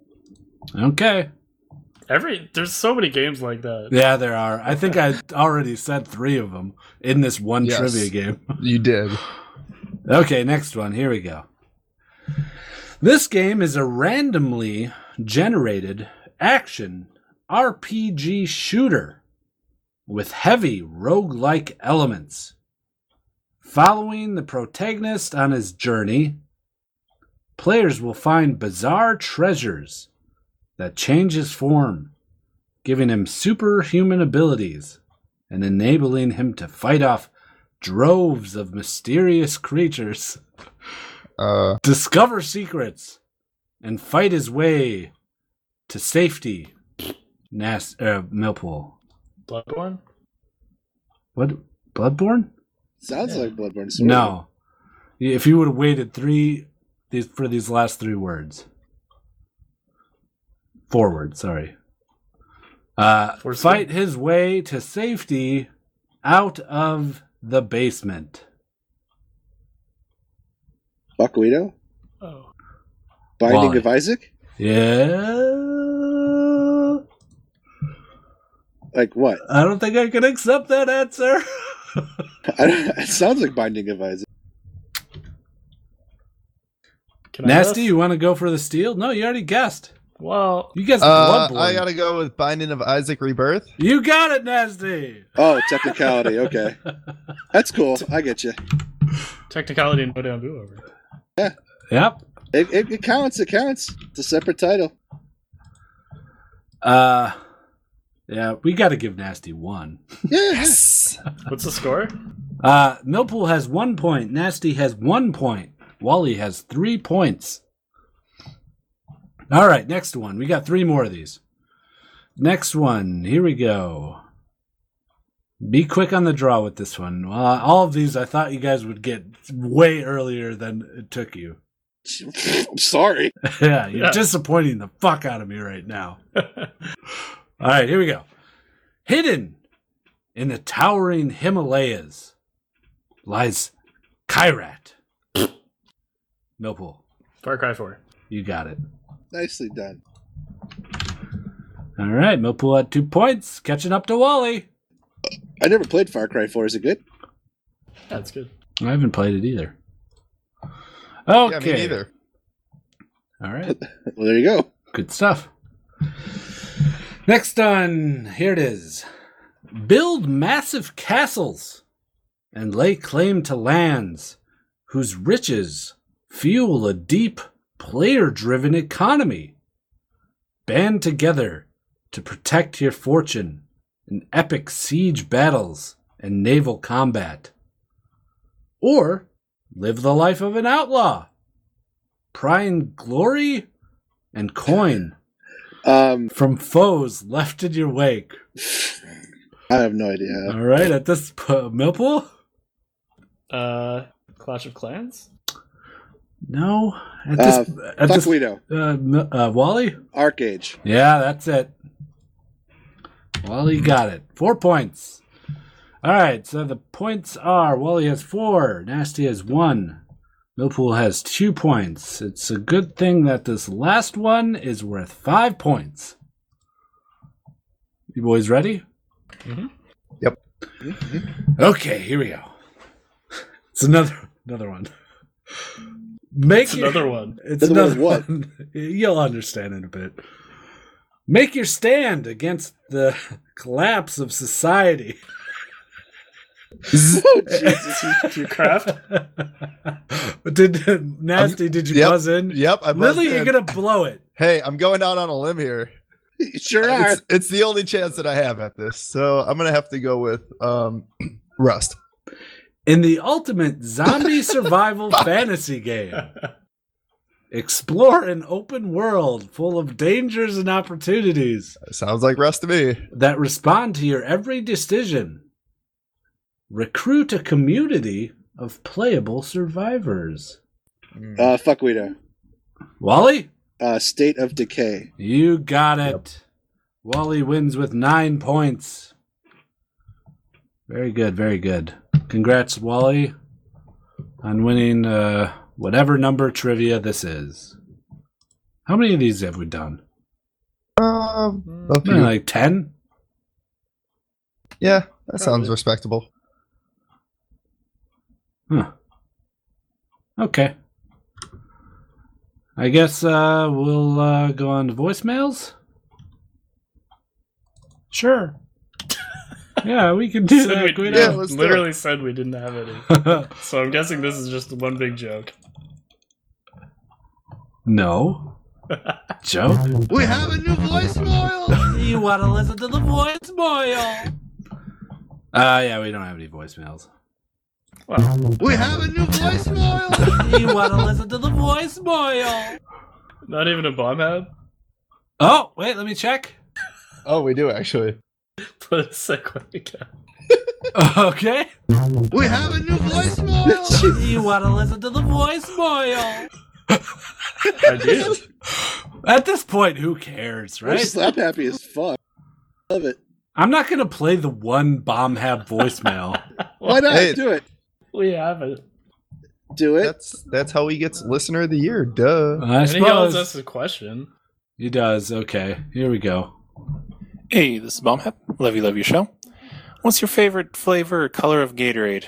Speaker 1: okay.
Speaker 4: Every there's so many games like that.
Speaker 1: Yeah, there are. I think I already said three of them in this one
Speaker 3: Yes.
Speaker 1: trivia game.
Speaker 3: You did.
Speaker 1: Okay, next one. Here we go. This game is a randomly generated action RPG shooter with heavy roguelike elements. Following the protagonist on his journey, players will find bizarre treasures that change his form, giving him superhuman abilities and enabling him to fight off droves of mysterious creatures,
Speaker 3: Uh,
Speaker 1: discover secrets, and fight his way to safety. Nast uh, Millpool.
Speaker 4: Bloodborne?
Speaker 1: What? Bloodborne?
Speaker 2: Sounds
Speaker 4: Yeah.
Speaker 2: like Bloodborne. Sword.
Speaker 1: No. If you would have waited three these for these last three words. Forward, sorry. Uh,
Speaker 4: Forward.
Speaker 1: fight his way to safety out of the basement.
Speaker 2: Buckwheato?
Speaker 4: Oh.
Speaker 2: Binding
Speaker 1: Why?
Speaker 2: of Isaac?
Speaker 1: Yeah.
Speaker 2: Like what?
Speaker 1: I don't think I can accept that answer.
Speaker 2: I don't, it sounds like Binding of Isaac.
Speaker 4: Can I
Speaker 1: Nasty,
Speaker 4: guess?
Speaker 1: you want to go for the steal? No, you already guessed.
Speaker 4: Well,
Speaker 1: You guessed
Speaker 3: Uh,
Speaker 1: Bloodborne.
Speaker 3: I gotta go with Binding of Isaac Rebirth.
Speaker 1: You got it, Nasty.
Speaker 2: Oh, technicality. Okay, that's cool. I get you.
Speaker 4: technicality and no down boo over.
Speaker 1: Yep.
Speaker 2: It, it, it counts. It counts. It's a separate title.
Speaker 1: Uh, yeah, we got to give Nasty one.
Speaker 2: Yes.
Speaker 4: What's the score?
Speaker 1: Uh, Millpool has one point. Nasty has one point. Wally has three points. All right, next one. We got three more of these. Next one. Here we go. Be quick on the draw with this one. Uh, all of these I thought you guys would get way earlier than it took you.
Speaker 2: I'm sorry.
Speaker 1: yeah, you're
Speaker 4: Yeah.
Speaker 1: disappointing the fuck out of me right now. All right, here we go. Hidden in the towering Himalayas lies Kyrat. Millpool,
Speaker 4: Far Cry 4.
Speaker 1: you got it.
Speaker 2: Nicely done.
Speaker 1: All right, Millpool at two points, catching up to Wally.
Speaker 2: I never played Far Cry 4. Is it good?
Speaker 4: That's good.
Speaker 1: I haven't played it either. Okay.
Speaker 3: Yeah, me neither.
Speaker 1: All right,
Speaker 2: Well, there you go.
Speaker 1: good stuff. Next on, here it is. Build massive castles and lay claim to lands whose riches fuel a deep, player driven economy. Band together to protect your fortune in epic siege battles and naval combat. Or live the life of an outlaw, prying glory and coin
Speaker 2: Um,
Speaker 1: from foes left in your wake.
Speaker 2: I have no idea.
Speaker 1: All right, at this po- Millpool?
Speaker 4: Uh, Clash of Clans?
Speaker 1: No, at this, at this
Speaker 2: Buckwheato.
Speaker 1: uh, Mi- uh, Wally.
Speaker 2: Arcage.
Speaker 1: Yeah, that's it. Wally got it. Four points. All right, so the points are Wally has four, Nasty has one, Millpool has two points. It's a good thing that this last one is worth five points. You boys ready?
Speaker 4: Mhm.
Speaker 3: Yep.
Speaker 1: Okay, here we go. It's another another one. Make
Speaker 4: It's
Speaker 1: your-
Speaker 4: another one.
Speaker 1: it's
Speaker 2: Doesn't matter
Speaker 1: another
Speaker 2: what.
Speaker 1: one. You'll understand in a bit. Make your stand against the collapse of society.
Speaker 2: Oh, Jesus.
Speaker 4: Your craft?
Speaker 1: did nasty? did you
Speaker 3: yep,
Speaker 1: buzz in?
Speaker 3: Yep. I buzzed
Speaker 1: Lily, you're
Speaker 3: in.
Speaker 1: gonna blow it.
Speaker 3: Hey, I'm going out on a limb here.
Speaker 2: You sure are.
Speaker 3: It's, it's the only chance that I have at this, so I'm gonna have to go with um, Rust.
Speaker 1: In the ultimate zombie survival fantasy game, explore an open world full of dangers and opportunities.
Speaker 3: Sounds like Rust to me.
Speaker 1: that respond to your every decision. Recruit a community of playable survivors.
Speaker 3: Hmm.
Speaker 2: Uh, Fuckwheato.
Speaker 1: Wally,
Speaker 2: Uh, State of Decay.
Speaker 1: you got it. Wally wins with nine points. Very good, very good. Congrats, Wally, on winning uh, whatever number trivia this is. How many of these have we done?
Speaker 3: Um, a few.
Speaker 1: Maybe Like 10?
Speaker 3: yeah, that sounds
Speaker 4: Probably.
Speaker 3: respectable.
Speaker 1: Huh. Okay. I guess uh, we'll uh, go on to voicemails. Sure. yeah, we can do
Speaker 4: Said
Speaker 1: that.
Speaker 4: we-
Speaker 1: Guido.
Speaker 3: Yeah, let's do it.
Speaker 4: literally said we didn't have any. So I'm guessing this is just one big joke.
Speaker 1: no. Joe,
Speaker 2: We have a new voicemail.
Speaker 5: You want to listen to the voicemail?
Speaker 1: uh, yeah, we don't have any voicemails.
Speaker 4: Well,
Speaker 2: we have a new voicemail.
Speaker 5: You want to listen to the voicemail?
Speaker 4: not even a bomb head?
Speaker 1: Oh, wait, let me check.
Speaker 3: Oh, we do actually.
Speaker 4: Put a segue again.
Speaker 1: Okay.
Speaker 2: We have a new voicemail.
Speaker 1: you want to listen to the voicemail?
Speaker 4: I do.
Speaker 1: At this point, who cares,
Speaker 2: We're
Speaker 1: right?
Speaker 2: slap happy as fuck. Love it.
Speaker 1: I'm not going to play the one bomb hab voicemail.
Speaker 2: Why not
Speaker 3: Hey.
Speaker 2: do it?
Speaker 4: We have it.
Speaker 2: Do it.
Speaker 3: That's that's how he gets listener of the year. Duh.
Speaker 1: Uh, I
Speaker 4: And he owes us
Speaker 1: suppose.
Speaker 4: a question.
Speaker 1: He does. Okay. Here we go.
Speaker 9: Hey, this is Bombhead. Love you, love you show. What's your favorite flavor or color of Gatorade?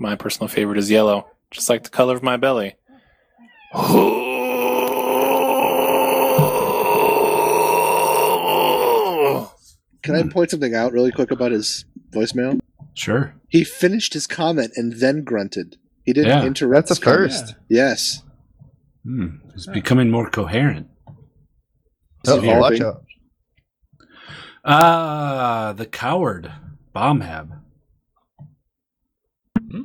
Speaker 9: My personal favorite is yellow, just like the color of my belly.
Speaker 2: Can
Speaker 3: hmm.
Speaker 2: I point something out really quick about his voicemail?
Speaker 1: Sure.
Speaker 2: He finished his comment and then grunted. He didn't
Speaker 1: Yeah.
Speaker 2: interrupt.
Speaker 3: That's a
Speaker 2: his comment.
Speaker 3: first.
Speaker 2: Yes.
Speaker 1: Hmm. He's becoming more coherent.
Speaker 2: Yeah.
Speaker 3: Oh,
Speaker 2: Yeah.
Speaker 3: watch out.
Speaker 1: Ah, the coward, Bombhab.
Speaker 4: Hmm?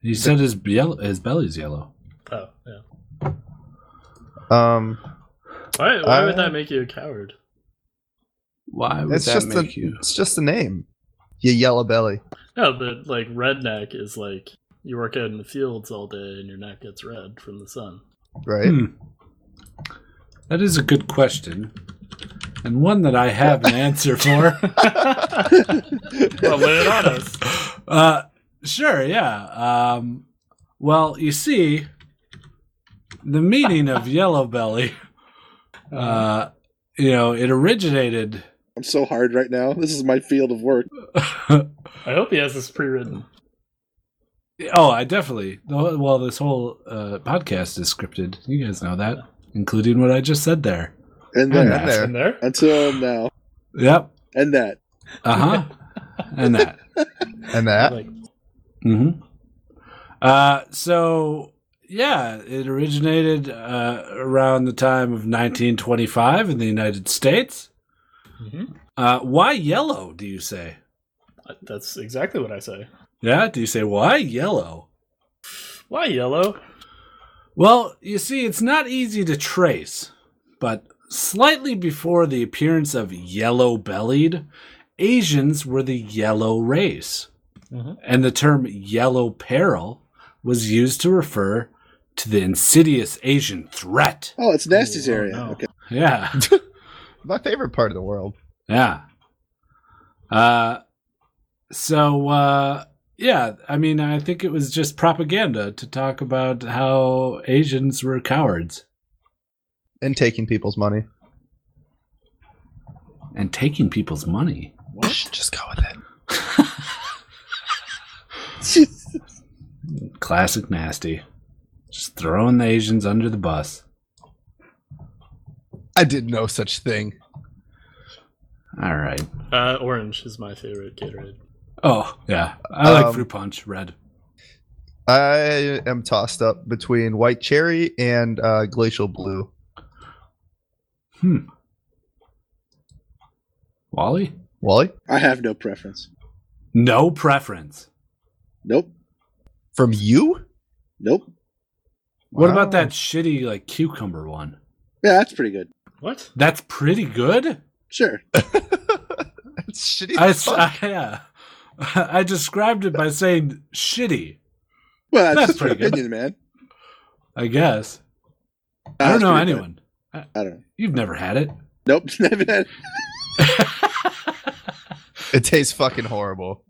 Speaker 1: He said his yellow, his belly's yellow.
Speaker 4: Oh, yeah.
Speaker 3: Um,
Speaker 4: Why, why would
Speaker 3: Uh,
Speaker 4: that make you a coward?
Speaker 1: Why would
Speaker 3: it's
Speaker 1: that
Speaker 3: just the
Speaker 1: make you?
Speaker 3: it's just the name. You yellow belly.
Speaker 4: No, but like redneck is like you work out in the fields all day and your neck gets red from the sun.
Speaker 3: Right.
Speaker 1: Hmm. That is a good question, and one that I have an answer for.
Speaker 4: Well, lay it on us.
Speaker 1: Uh, sure, yeah. Um, well, you see, the meaning of yellow belly, uh, you know, it originated.
Speaker 2: I'm so hard right now. This is my field of work.
Speaker 4: I hope he has this pre-written.
Speaker 1: Oh, I definitely. the whole- Well, this whole uh, podcast is scripted. You guys know that, including what I just said there.
Speaker 2: And
Speaker 1: I'm
Speaker 2: then
Speaker 1: not.
Speaker 4: In there?
Speaker 2: until now.
Speaker 1: Yep.
Speaker 2: And that.
Speaker 1: Uh huh. and that.
Speaker 3: And that.
Speaker 4: Like,
Speaker 1: hmm Uh, so yeah, it originated uh, around the time of 1925 in the United States.
Speaker 4: mhm.
Speaker 1: Uh, why yellow? Do you say?
Speaker 4: That's exactly what I say.
Speaker 1: Yeah. Do you say why yellow?
Speaker 4: Why yellow?
Speaker 1: Well, you see, it's not easy to trace, but slightly before the appearance of yellow bellied, Asians were the yellow race.
Speaker 4: Mhm.
Speaker 1: And the term yellow peril was used to refer to the insidious Asian threat.
Speaker 2: Oh, it's Nasty's
Speaker 4: Oh,
Speaker 2: area.
Speaker 4: no.
Speaker 2: Okay.
Speaker 1: Yeah.
Speaker 3: My favorite part of the world.
Speaker 1: Yeah. Uh, so uh, yeah, I mean, I think it was just propaganda to talk about how Asians were cowards
Speaker 3: And taking people's money.
Speaker 1: and taking people's money.
Speaker 3: Just go with it.
Speaker 1: Classic nasty, just throwing the Asians under the bus.
Speaker 3: I did no such thing.
Speaker 1: All right.
Speaker 4: Uh, orange is my favorite Gatorade.
Speaker 1: Oh yeah, I like
Speaker 3: Um,
Speaker 1: fruit punch red.
Speaker 3: I am tossed up between white cherry and uh, glacial blue.
Speaker 1: Hmm. Wally,
Speaker 3: Wally,
Speaker 2: I have no preference.
Speaker 1: no preference.
Speaker 2: Nope.
Speaker 3: from you?
Speaker 2: Nope.
Speaker 1: What
Speaker 3: Wow.
Speaker 1: about that shitty like cucumber one?
Speaker 2: Yeah, that's pretty good.
Speaker 4: What?
Speaker 1: That's pretty good.
Speaker 2: Sure.
Speaker 3: That's shitty.
Speaker 1: I,
Speaker 3: as
Speaker 1: s-
Speaker 3: fuck.
Speaker 1: I- yeah. I described it by saying shitty,
Speaker 2: Well, that's,
Speaker 1: That's
Speaker 2: just your
Speaker 1: pretty good.
Speaker 2: opinion, man.
Speaker 1: I guess. I
Speaker 2: That's
Speaker 1: don't know
Speaker 2: pretty good.
Speaker 1: anyone.
Speaker 2: I don't know.
Speaker 1: You've never had it.
Speaker 2: Nope. Never had-
Speaker 3: it tastes fucking horrible.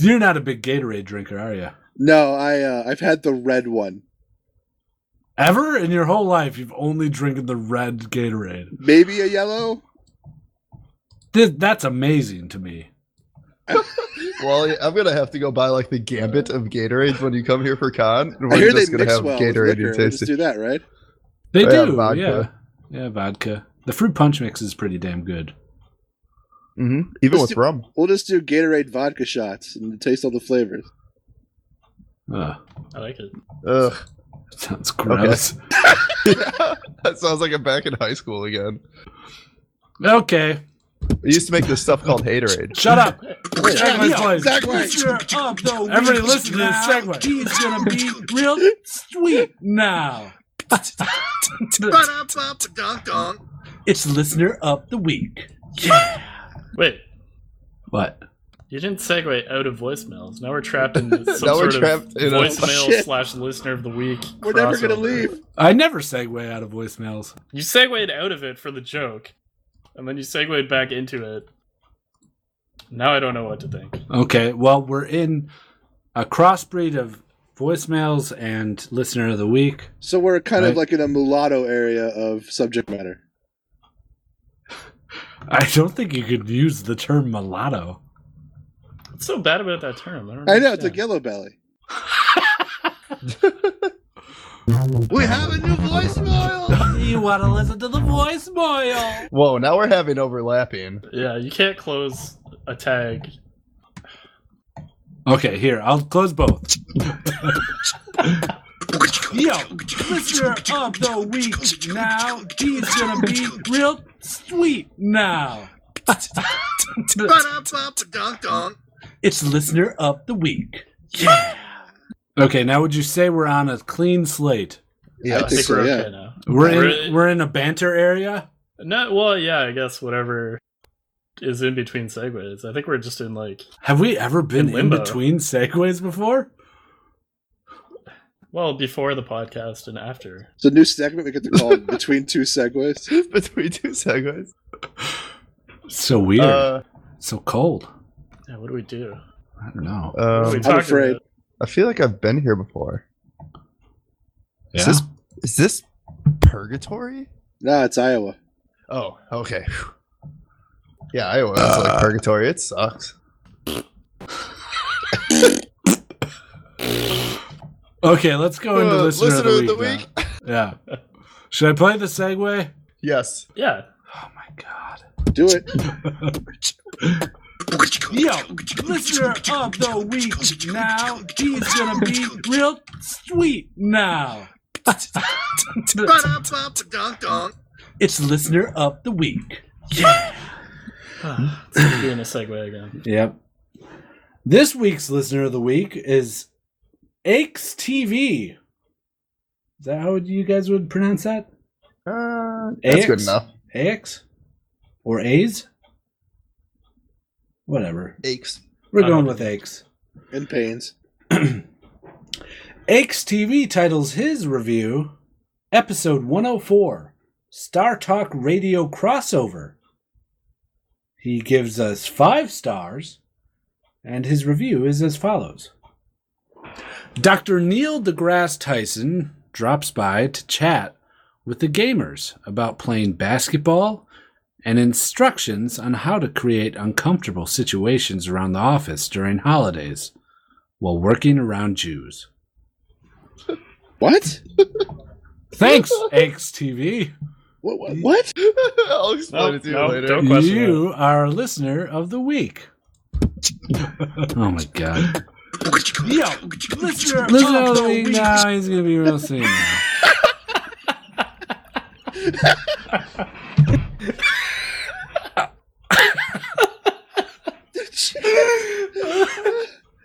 Speaker 1: You're not a big Gatorade drinker, are you?
Speaker 2: no, I uh, I've had the red one.
Speaker 1: Ever in your whole life, you've only drinking the red Gatorade.
Speaker 2: Maybe a yellow.
Speaker 1: This, that's amazing to me.
Speaker 3: Wally, I'm gonna have to go buy like the gambit of Gatorades when you come here for con. And we're
Speaker 2: I hear they
Speaker 3: just gonna
Speaker 2: mix
Speaker 3: have
Speaker 2: well with
Speaker 3: Gatorade
Speaker 2: liquor.
Speaker 3: and
Speaker 2: We just
Speaker 3: taste
Speaker 2: do
Speaker 3: it.
Speaker 2: that, right?
Speaker 1: They
Speaker 3: Yeah,
Speaker 1: do.
Speaker 3: vodka.
Speaker 1: Yeah. Yeah, vodka. The fruit punch mix is pretty damn good.
Speaker 3: hmm Even
Speaker 2: Let's
Speaker 3: with
Speaker 2: do-
Speaker 3: rum.
Speaker 2: We'll just do Gatorade vodka shots and taste all the flavors.
Speaker 1: Ugh,
Speaker 4: I like it.
Speaker 3: Ugh.
Speaker 1: sounds gross.
Speaker 3: that sounds like I'm back in high school again.
Speaker 1: Okay.
Speaker 3: We used to make this stuff called Haterade.
Speaker 1: Shut up.
Speaker 2: Yeah,
Speaker 1: Segway.
Speaker 2: Segway.
Speaker 1: You're up the Everybody listen to this segway. He's gonna be real sweet now.
Speaker 2: Ba-da-ba-ba-dong-dong.
Speaker 5: It's listener of the week.
Speaker 4: Wait,
Speaker 1: What?
Speaker 4: you didn't segue out of voicemails. Now we're trapped in this- some
Speaker 3: Now we're
Speaker 4: sort
Speaker 3: trapped
Speaker 4: of
Speaker 3: in a-
Speaker 4: voicemail
Speaker 2: Shit.
Speaker 4: slash listener of the week.
Speaker 2: We're never gonna
Speaker 4: crossover.
Speaker 2: leave.
Speaker 1: I never segue out of voicemails.
Speaker 4: You segued out of it for the joke, and then you segued back into it. Now I don't know what to think.
Speaker 1: Okay, well, we're in a crossbreed of voicemails and listener of the week.
Speaker 2: So we're kind of
Speaker 1: Right.
Speaker 2: like in a mulatto area of subject matter.
Speaker 1: I don't think you could use the term mulatto.
Speaker 4: What's so bad about that term? I, don't
Speaker 2: I know it's a
Speaker 4: understand.
Speaker 2: yellow belly. we have a new voicemail.
Speaker 5: You want to listen to the voicemail?
Speaker 3: Whoa, now we're having overlapping.
Speaker 4: Yeah, you can't close a tag.
Speaker 1: Okay, here, I'll close both. Yo, listener of the week now. He's gonna be real sweet now.
Speaker 2: Ba-da-ba-ba-dong-dong.
Speaker 5: It's listener of the week.
Speaker 1: Okay, now would you say we're on a clean slate?
Speaker 3: Yeah.
Speaker 2: I think so,
Speaker 4: we're
Speaker 2: yeah.
Speaker 4: okay now.
Speaker 1: We're in
Speaker 4: Really?
Speaker 1: we're in a banter area.
Speaker 4: No, well, yeah, I guess whatever is in between segues. I think we're just in like,
Speaker 1: Have we ever been
Speaker 4: In
Speaker 1: in
Speaker 4: limbo.
Speaker 1: between segues before?
Speaker 4: well, before the podcast and after.
Speaker 2: It's a new segment we get to call between two segues.
Speaker 3: Between two segues.
Speaker 1: So weird.
Speaker 3: Uh,
Speaker 1: so cold.
Speaker 4: Yeah, what do we do?
Speaker 1: I don't know.
Speaker 4: What are we
Speaker 3: um,
Speaker 4: talking
Speaker 2: afraid.
Speaker 4: about?
Speaker 3: I feel like I've been here before.
Speaker 1: Yeah?
Speaker 3: Is this is this purgatory?
Speaker 2: No, it's Iowa.
Speaker 3: Oh, okay. Phew. Yeah, Iowa is
Speaker 2: Uh,
Speaker 3: like purgatory. It sucks.
Speaker 1: Okay, let's go into
Speaker 3: Uh,
Speaker 1: listener,
Speaker 3: listener
Speaker 1: of the week. now. Yeah. Should I play the segue?
Speaker 3: Yes.
Speaker 4: Yeah,
Speaker 1: Oh my god.
Speaker 2: Do it.
Speaker 5: Yo, listener of the week now. He's gonna be real sweet now.
Speaker 2: Ba-da-ba-ba-dong-dong.
Speaker 5: It's listener of the week.
Speaker 4: it's gonna be in a segue again.
Speaker 1: Yep. This week's listener of the week is Aches TV. Is that how you guys would pronounce that?
Speaker 3: Uh, that's good
Speaker 1: Ax?
Speaker 3: enough.
Speaker 1: AX? Or A's? Whatever.
Speaker 3: Aches.
Speaker 1: We're
Speaker 4: I
Speaker 1: going
Speaker 4: don't-
Speaker 1: with Aches.
Speaker 2: And pains.
Speaker 1: Aches TV titles his review Episode 104 Star Talk Radio Crossover. He gives us five stars, and his review is as follows Dr. Neil deGrasse Tyson drops by to chat with the gamers about playing basketball and instructions on how to create uncomfortable situations around the office during holidays while working around Jews.
Speaker 2: What?
Speaker 1: Thanks, XTV.
Speaker 2: What? What? what?
Speaker 3: I'll explain
Speaker 4: Nope,
Speaker 3: it to you
Speaker 4: nope,
Speaker 3: later.
Speaker 4: don't- question
Speaker 1: You are a listener of the week. oh my god.
Speaker 5: Yo, listener,
Speaker 1: Listener
Speaker 5: of
Speaker 1: of the week now, he's gonna be real soon. now.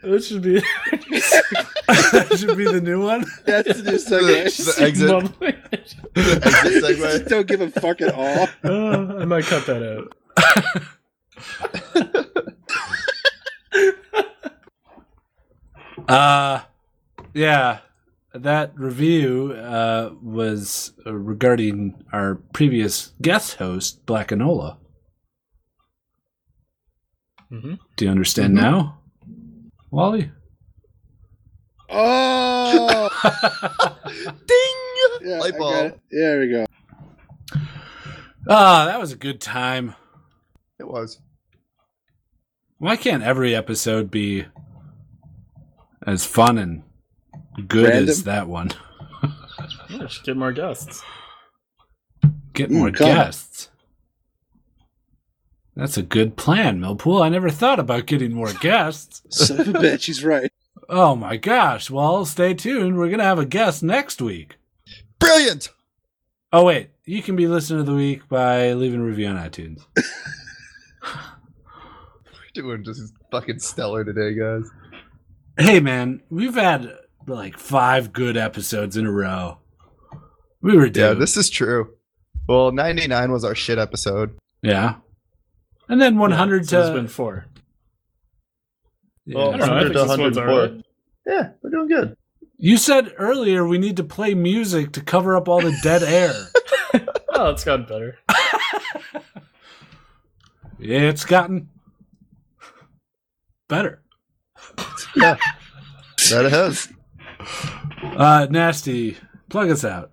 Speaker 4: This should be
Speaker 1: that should be the new one.
Speaker 2: That's the new
Speaker 3: The
Speaker 2: segue.
Speaker 3: exit,
Speaker 4: mumbling.
Speaker 3: the exit
Speaker 2: Just
Speaker 3: segue.
Speaker 2: don't give a fuck at all.
Speaker 4: Uh, I might cut that out.
Speaker 1: Uh yeah. That review uh was uh, regarding our previous guest host, Black Enola.
Speaker 4: Mhm.
Speaker 1: Do you understand now? Wally?
Speaker 2: Oh.
Speaker 3: Ding!
Speaker 2: Yeah,
Speaker 3: Light
Speaker 2: I
Speaker 3: bulb.
Speaker 2: got it. Yeah, there we go.
Speaker 1: Ah, that was a good time.
Speaker 3: It was.
Speaker 1: Why can't every episode be as fun and good
Speaker 2: Random?
Speaker 1: as that one?
Speaker 4: Yeah, should get more guests.
Speaker 1: Get
Speaker 2: Mm,
Speaker 1: more
Speaker 2: come.
Speaker 1: guests. That's a good plan, Millpool. I never thought about getting more guests.
Speaker 2: Son of a bitch, he's right.
Speaker 1: Oh my gosh. Well, stay tuned. We're going to have a guest next week.
Speaker 3: Brilliant!
Speaker 1: Oh, wait. You can be listener of the week by leaving a review on iTunes.
Speaker 3: We're doing just fucking stellar today, guys.
Speaker 1: Hey, man, we've had like five good episodes in a row. We were
Speaker 3: Yeah,
Speaker 1: due.
Speaker 3: this is true. Well, 99 was our shit episode.
Speaker 1: Yeah. And then 100
Speaker 4: So it's
Speaker 1: to.
Speaker 4: been four.
Speaker 1: Yeah.
Speaker 4: I don't know.
Speaker 3: 100
Speaker 4: I think
Speaker 3: to
Speaker 4: this one's
Speaker 3: 104.
Speaker 4: alright.
Speaker 3: Yeah, we're doing good.
Speaker 1: You said earlier we need to play music to cover up all the dead air.
Speaker 4: Oh, it's gotten better.
Speaker 1: Yeah, it's gotten better.
Speaker 3: That it has.
Speaker 1: Uh, nasty. Plug us out.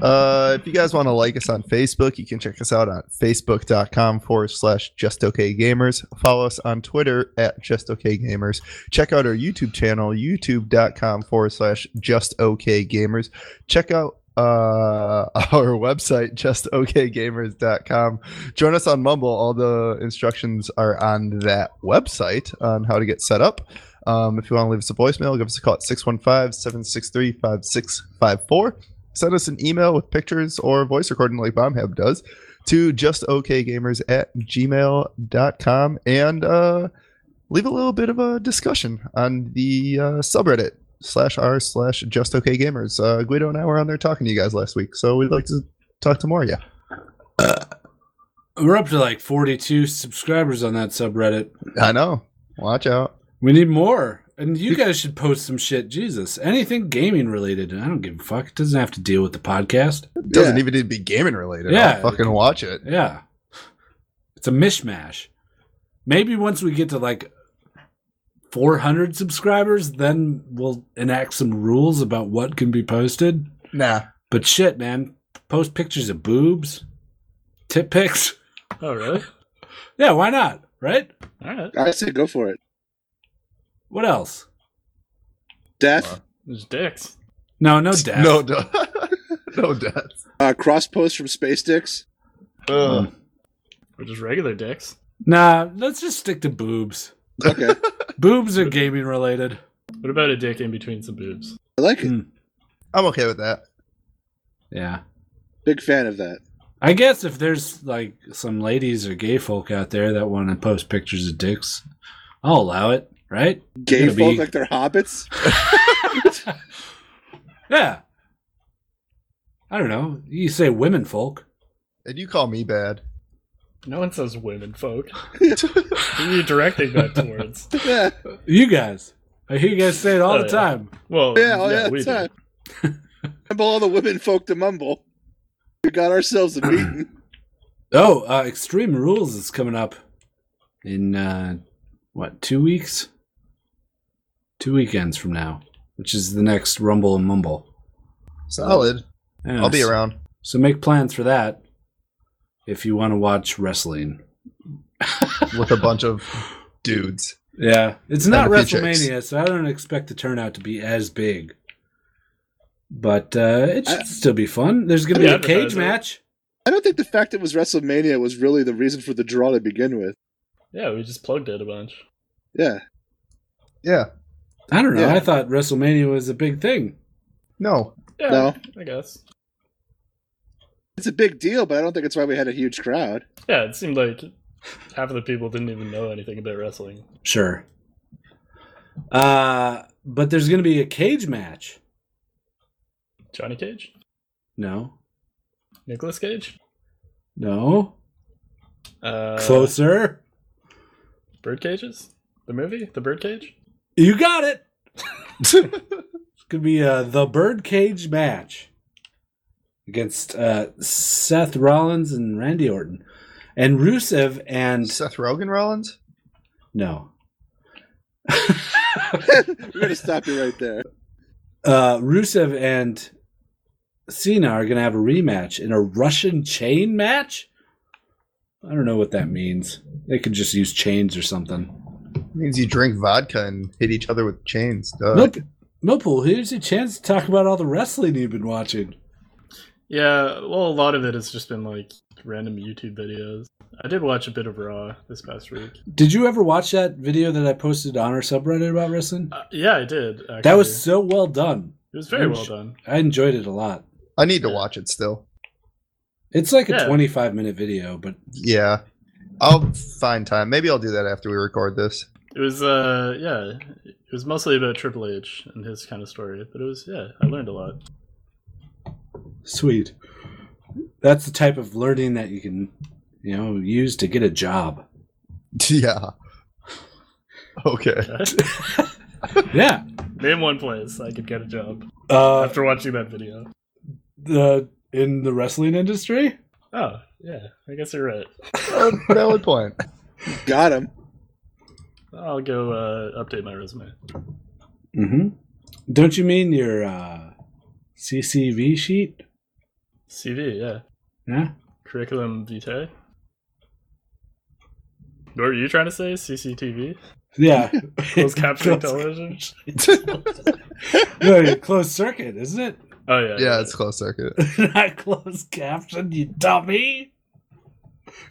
Speaker 3: Uh, if you guys want to like us on Facebook, you can check us out on facebook.com forward slash just okay gamers. Follow us on Twitter at just okay gamers. Check out our YouTube channel, youtube.com forward slash just okay gamers. Check out uh our website justokgamers.com join us on mumble all the instructions are on that website on how to get set up um if you want to leave us a voicemail give us a call at 615-763-5654 send us an email with pictures or voice recording like bombhab does to justokgamers at gmail.com and uh, leave a little bit of a discussion on the uh, subreddit slash r slash just okay gamers uh, guido and i were on there talking to you guys last week so we'd like to talk to more of you
Speaker 1: We're up to like 42 subscribers on that subreddit.
Speaker 3: i know watch out
Speaker 1: We need more. And you guys should post some shit. Jesus. Anything gaming related. I don't give a fuck. It doesn't have to deal with the podcast.
Speaker 3: it doesn't even need to be gaming related yeah
Speaker 1: Yeah.
Speaker 3: I'll fucking watch it
Speaker 1: Yeah. It's a mishmash. Maybe once we get to like 400 subscribers, then we'll enact some rules about what can be posted.
Speaker 3: nah
Speaker 1: But shit, man, post pictures of boobs, tit pics.
Speaker 4: Oh, really?
Speaker 1: Yeah, why not? Right?
Speaker 4: All right.
Speaker 2: I say go for it.
Speaker 1: What else?
Speaker 2: Death,
Speaker 4: There's dicks.
Speaker 1: No, no death.
Speaker 3: no no, no death
Speaker 2: uh, cross post from Space Dicks.
Speaker 3: Ugh.
Speaker 4: Or just regular dicks.
Speaker 1: Nah, let's just stick to boobs.
Speaker 2: Okay,
Speaker 1: boobs are gaming related. Hmm.
Speaker 4: What about a dick in between some boobs?
Speaker 2: I like it.
Speaker 3: i'm okay with that
Speaker 1: Yeah.
Speaker 2: Big fan of that.
Speaker 1: I guess if there's like some ladies or gay folk out there that want to post pictures of dicks, I'll allow it, right?
Speaker 2: Gay
Speaker 1: Gonna be-
Speaker 2: folk like they're hobbits.
Speaker 1: Yeah. I don't know. You say women folk.
Speaker 3: and you call me bad
Speaker 4: No one says women folk. Who are you directing that towards?
Speaker 2: oh, yeah,
Speaker 1: You guys. I hear you guys say it all
Speaker 4: Oh,
Speaker 1: the
Speaker 4: yeah.
Speaker 1: time.
Speaker 4: Well,
Speaker 2: yeah, oh, yeah.
Speaker 4: we
Speaker 2: it's
Speaker 4: do.
Speaker 2: time. Remember all the women folk to mumble. We got ourselves a meeting.
Speaker 1: Oh, uh, Extreme Rules is coming up in uh, what two weeks? Two weekends from now, which is the next Rumble and Mumble.
Speaker 3: solid
Speaker 1: Yeah,
Speaker 3: i'll be
Speaker 1: so-
Speaker 3: around
Speaker 1: So make plans for that if you want to watch wrestling.
Speaker 3: with a bunch of dudes
Speaker 1: Yeah, it's not
Speaker 3: a few chicks.
Speaker 1: WrestleMania, so I don't expect the turnout to be as big. But uh, it should
Speaker 2: I-
Speaker 1: still be fun. There's going to
Speaker 4: I
Speaker 1: be
Speaker 4: mean,
Speaker 1: a cage
Speaker 4: advertise it.
Speaker 1: match.
Speaker 2: I don't think the fact it was WrestleMania was really the reason for the draw to begin with.
Speaker 4: Yeah, we just plugged it a bunch.
Speaker 2: Yeah,
Speaker 3: yeah
Speaker 1: I don't know.
Speaker 2: Yeah.
Speaker 1: I thought WrestleMania was a big thing.
Speaker 3: no
Speaker 4: Yeah,
Speaker 2: No.
Speaker 4: I guess.
Speaker 2: it's a big deal, but I don't think it's why we had a huge crowd.
Speaker 4: Yeah, it seemed like half of the people didn't even know anything about wrestling.
Speaker 1: Sure. Uh, but there's going to be a cage match.
Speaker 4: Johnny Cage?
Speaker 1: No,
Speaker 4: Nicolas Cage?
Speaker 1: no,
Speaker 4: Uh,
Speaker 1: closer.
Speaker 4: Bird cages? The movie? The bird cage?
Speaker 1: You got it. it's going to be uh, the birdcage match against uh, Seth Rollins and Randy Orton, and Rusev and
Speaker 3: Seth Rogen Rollins?
Speaker 1: no,
Speaker 2: We're gonna stop you right there.
Speaker 1: uh, Rusev and Cena are going to have a rematch in a Russian chain match. I don't know what that means. They could just use chains or something.
Speaker 3: means you drink vodka and hit each other with chains. Duh.
Speaker 1: Nope. Millpool, here's your chance to talk about all the wrestling you've been watching.
Speaker 4: Yeah, well, a lot of it has just been like random YouTube videos. I did watch a bit of Raw this past week.
Speaker 1: Did you ever watch that video that I posted on our subreddit about wrestling?
Speaker 4: Uh, yeah, I did. Actually.
Speaker 1: That was so well done.
Speaker 4: it was very well done.
Speaker 1: I enjoyed it a lot.
Speaker 3: I need to watch it still.
Speaker 1: It's like a
Speaker 4: Yeah.
Speaker 1: 25 minute video, but
Speaker 3: Yeah. I'll find time. Maybe I'll do that after we record this.
Speaker 4: It was uh yeah, it was mostly about Triple H and his kind of story, but it was yeah, I learned a lot.
Speaker 1: Sweet. That's the type of learning that you can, you know, use to get a job.
Speaker 3: Yeah. Okay.
Speaker 1: Yeah.
Speaker 4: Name one place I could get a job
Speaker 1: Uh,
Speaker 4: after watching that video.
Speaker 1: the in the wrestling industry.
Speaker 4: Oh, yeah. I guess you're right.
Speaker 3: Valid Uh, valid point.
Speaker 2: Got him.
Speaker 4: I'll go uh, update my resume.
Speaker 1: Mm-hmm. Don't you mean your uh, CCV sheet?
Speaker 4: CV, yeah.
Speaker 1: Yeah.
Speaker 4: Curriculum vitae. What were you trying to say? CCTV?
Speaker 1: Yeah.
Speaker 4: Closed captioning
Speaker 1: Closed-
Speaker 4: television?
Speaker 1: no, your closed circuit, isn't it?
Speaker 4: Oh, yeah.
Speaker 3: Yeah, it's closed circuit.
Speaker 1: Not closed caption, you dummy.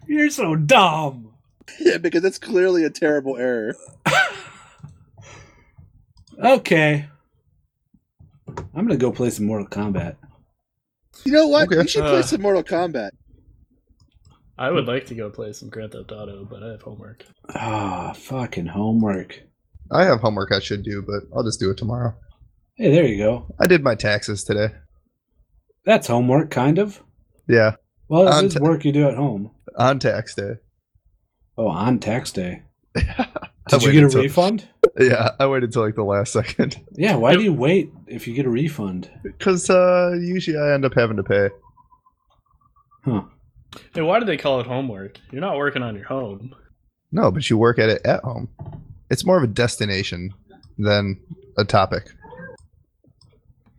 Speaker 1: You're so dumb.
Speaker 2: Yeah, because that's clearly a terrible error.
Speaker 1: Okay. I'm gonna go play some Mortal Kombat.
Speaker 2: You know what?
Speaker 3: Okay.
Speaker 2: We should play
Speaker 4: Uh.
Speaker 2: some Mortal Kombat.
Speaker 4: I would like to go play some Grand Theft Auto, but I have homework.
Speaker 1: Ah, fucking homework.
Speaker 3: I have homework I should do, but I'll just do it tomorrow.
Speaker 1: Hey, there you go.
Speaker 3: I did my taxes today.
Speaker 1: That's homework, kind of.
Speaker 3: Yeah,
Speaker 1: Well,
Speaker 3: On
Speaker 1: it is
Speaker 3: t-
Speaker 1: work you do at home.
Speaker 3: on tax day.
Speaker 1: Oh, on tax day.
Speaker 3: I
Speaker 1: Did you
Speaker 3: waited
Speaker 1: get a
Speaker 3: till-
Speaker 1: refund?
Speaker 3: Yeah, I waited till like the last second
Speaker 1: Yeah, why do you wait if you get a refund?
Speaker 3: because uh, usually I end up having to pay.
Speaker 4: Hey, why do they call it homework? You're not working on your home.
Speaker 3: No, but you work at it at home. It's more of a destination than a topic.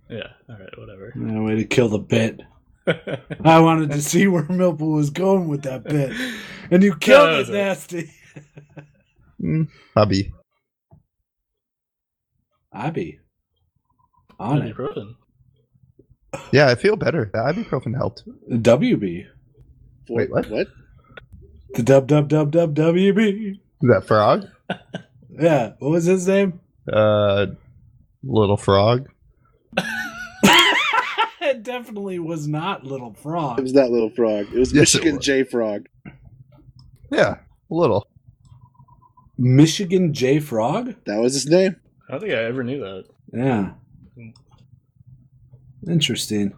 Speaker 4: Yeah, alright, whatever.
Speaker 1: No way to kill the bit. I wanted to see where Millpool was going with that bit. And you killed
Speaker 4: that was
Speaker 1: it,
Speaker 4: it.
Speaker 1: nasty.
Speaker 3: Mm, hobby.
Speaker 1: Abby. On it.
Speaker 4: Ibuprofen.
Speaker 3: Yeah, I feel better. The ibuprofen helped.
Speaker 1: WB.
Speaker 3: Wait, what?
Speaker 2: What?
Speaker 1: The dub dub dub dub WB.
Speaker 3: Is that frog?
Speaker 1: Yeah. What was his name?
Speaker 3: Uh, little frog.
Speaker 1: it definitely was not Little
Speaker 2: It
Speaker 1: Frog.
Speaker 2: was that little frog. It was
Speaker 3: Yes, it
Speaker 2: Michigan
Speaker 3: was.
Speaker 2: J Frog.
Speaker 3: Yeah, little.
Speaker 1: Michigan J Frog?
Speaker 2: That was his name.
Speaker 4: I don't think I ever knew that.
Speaker 1: Yeah. Interesting.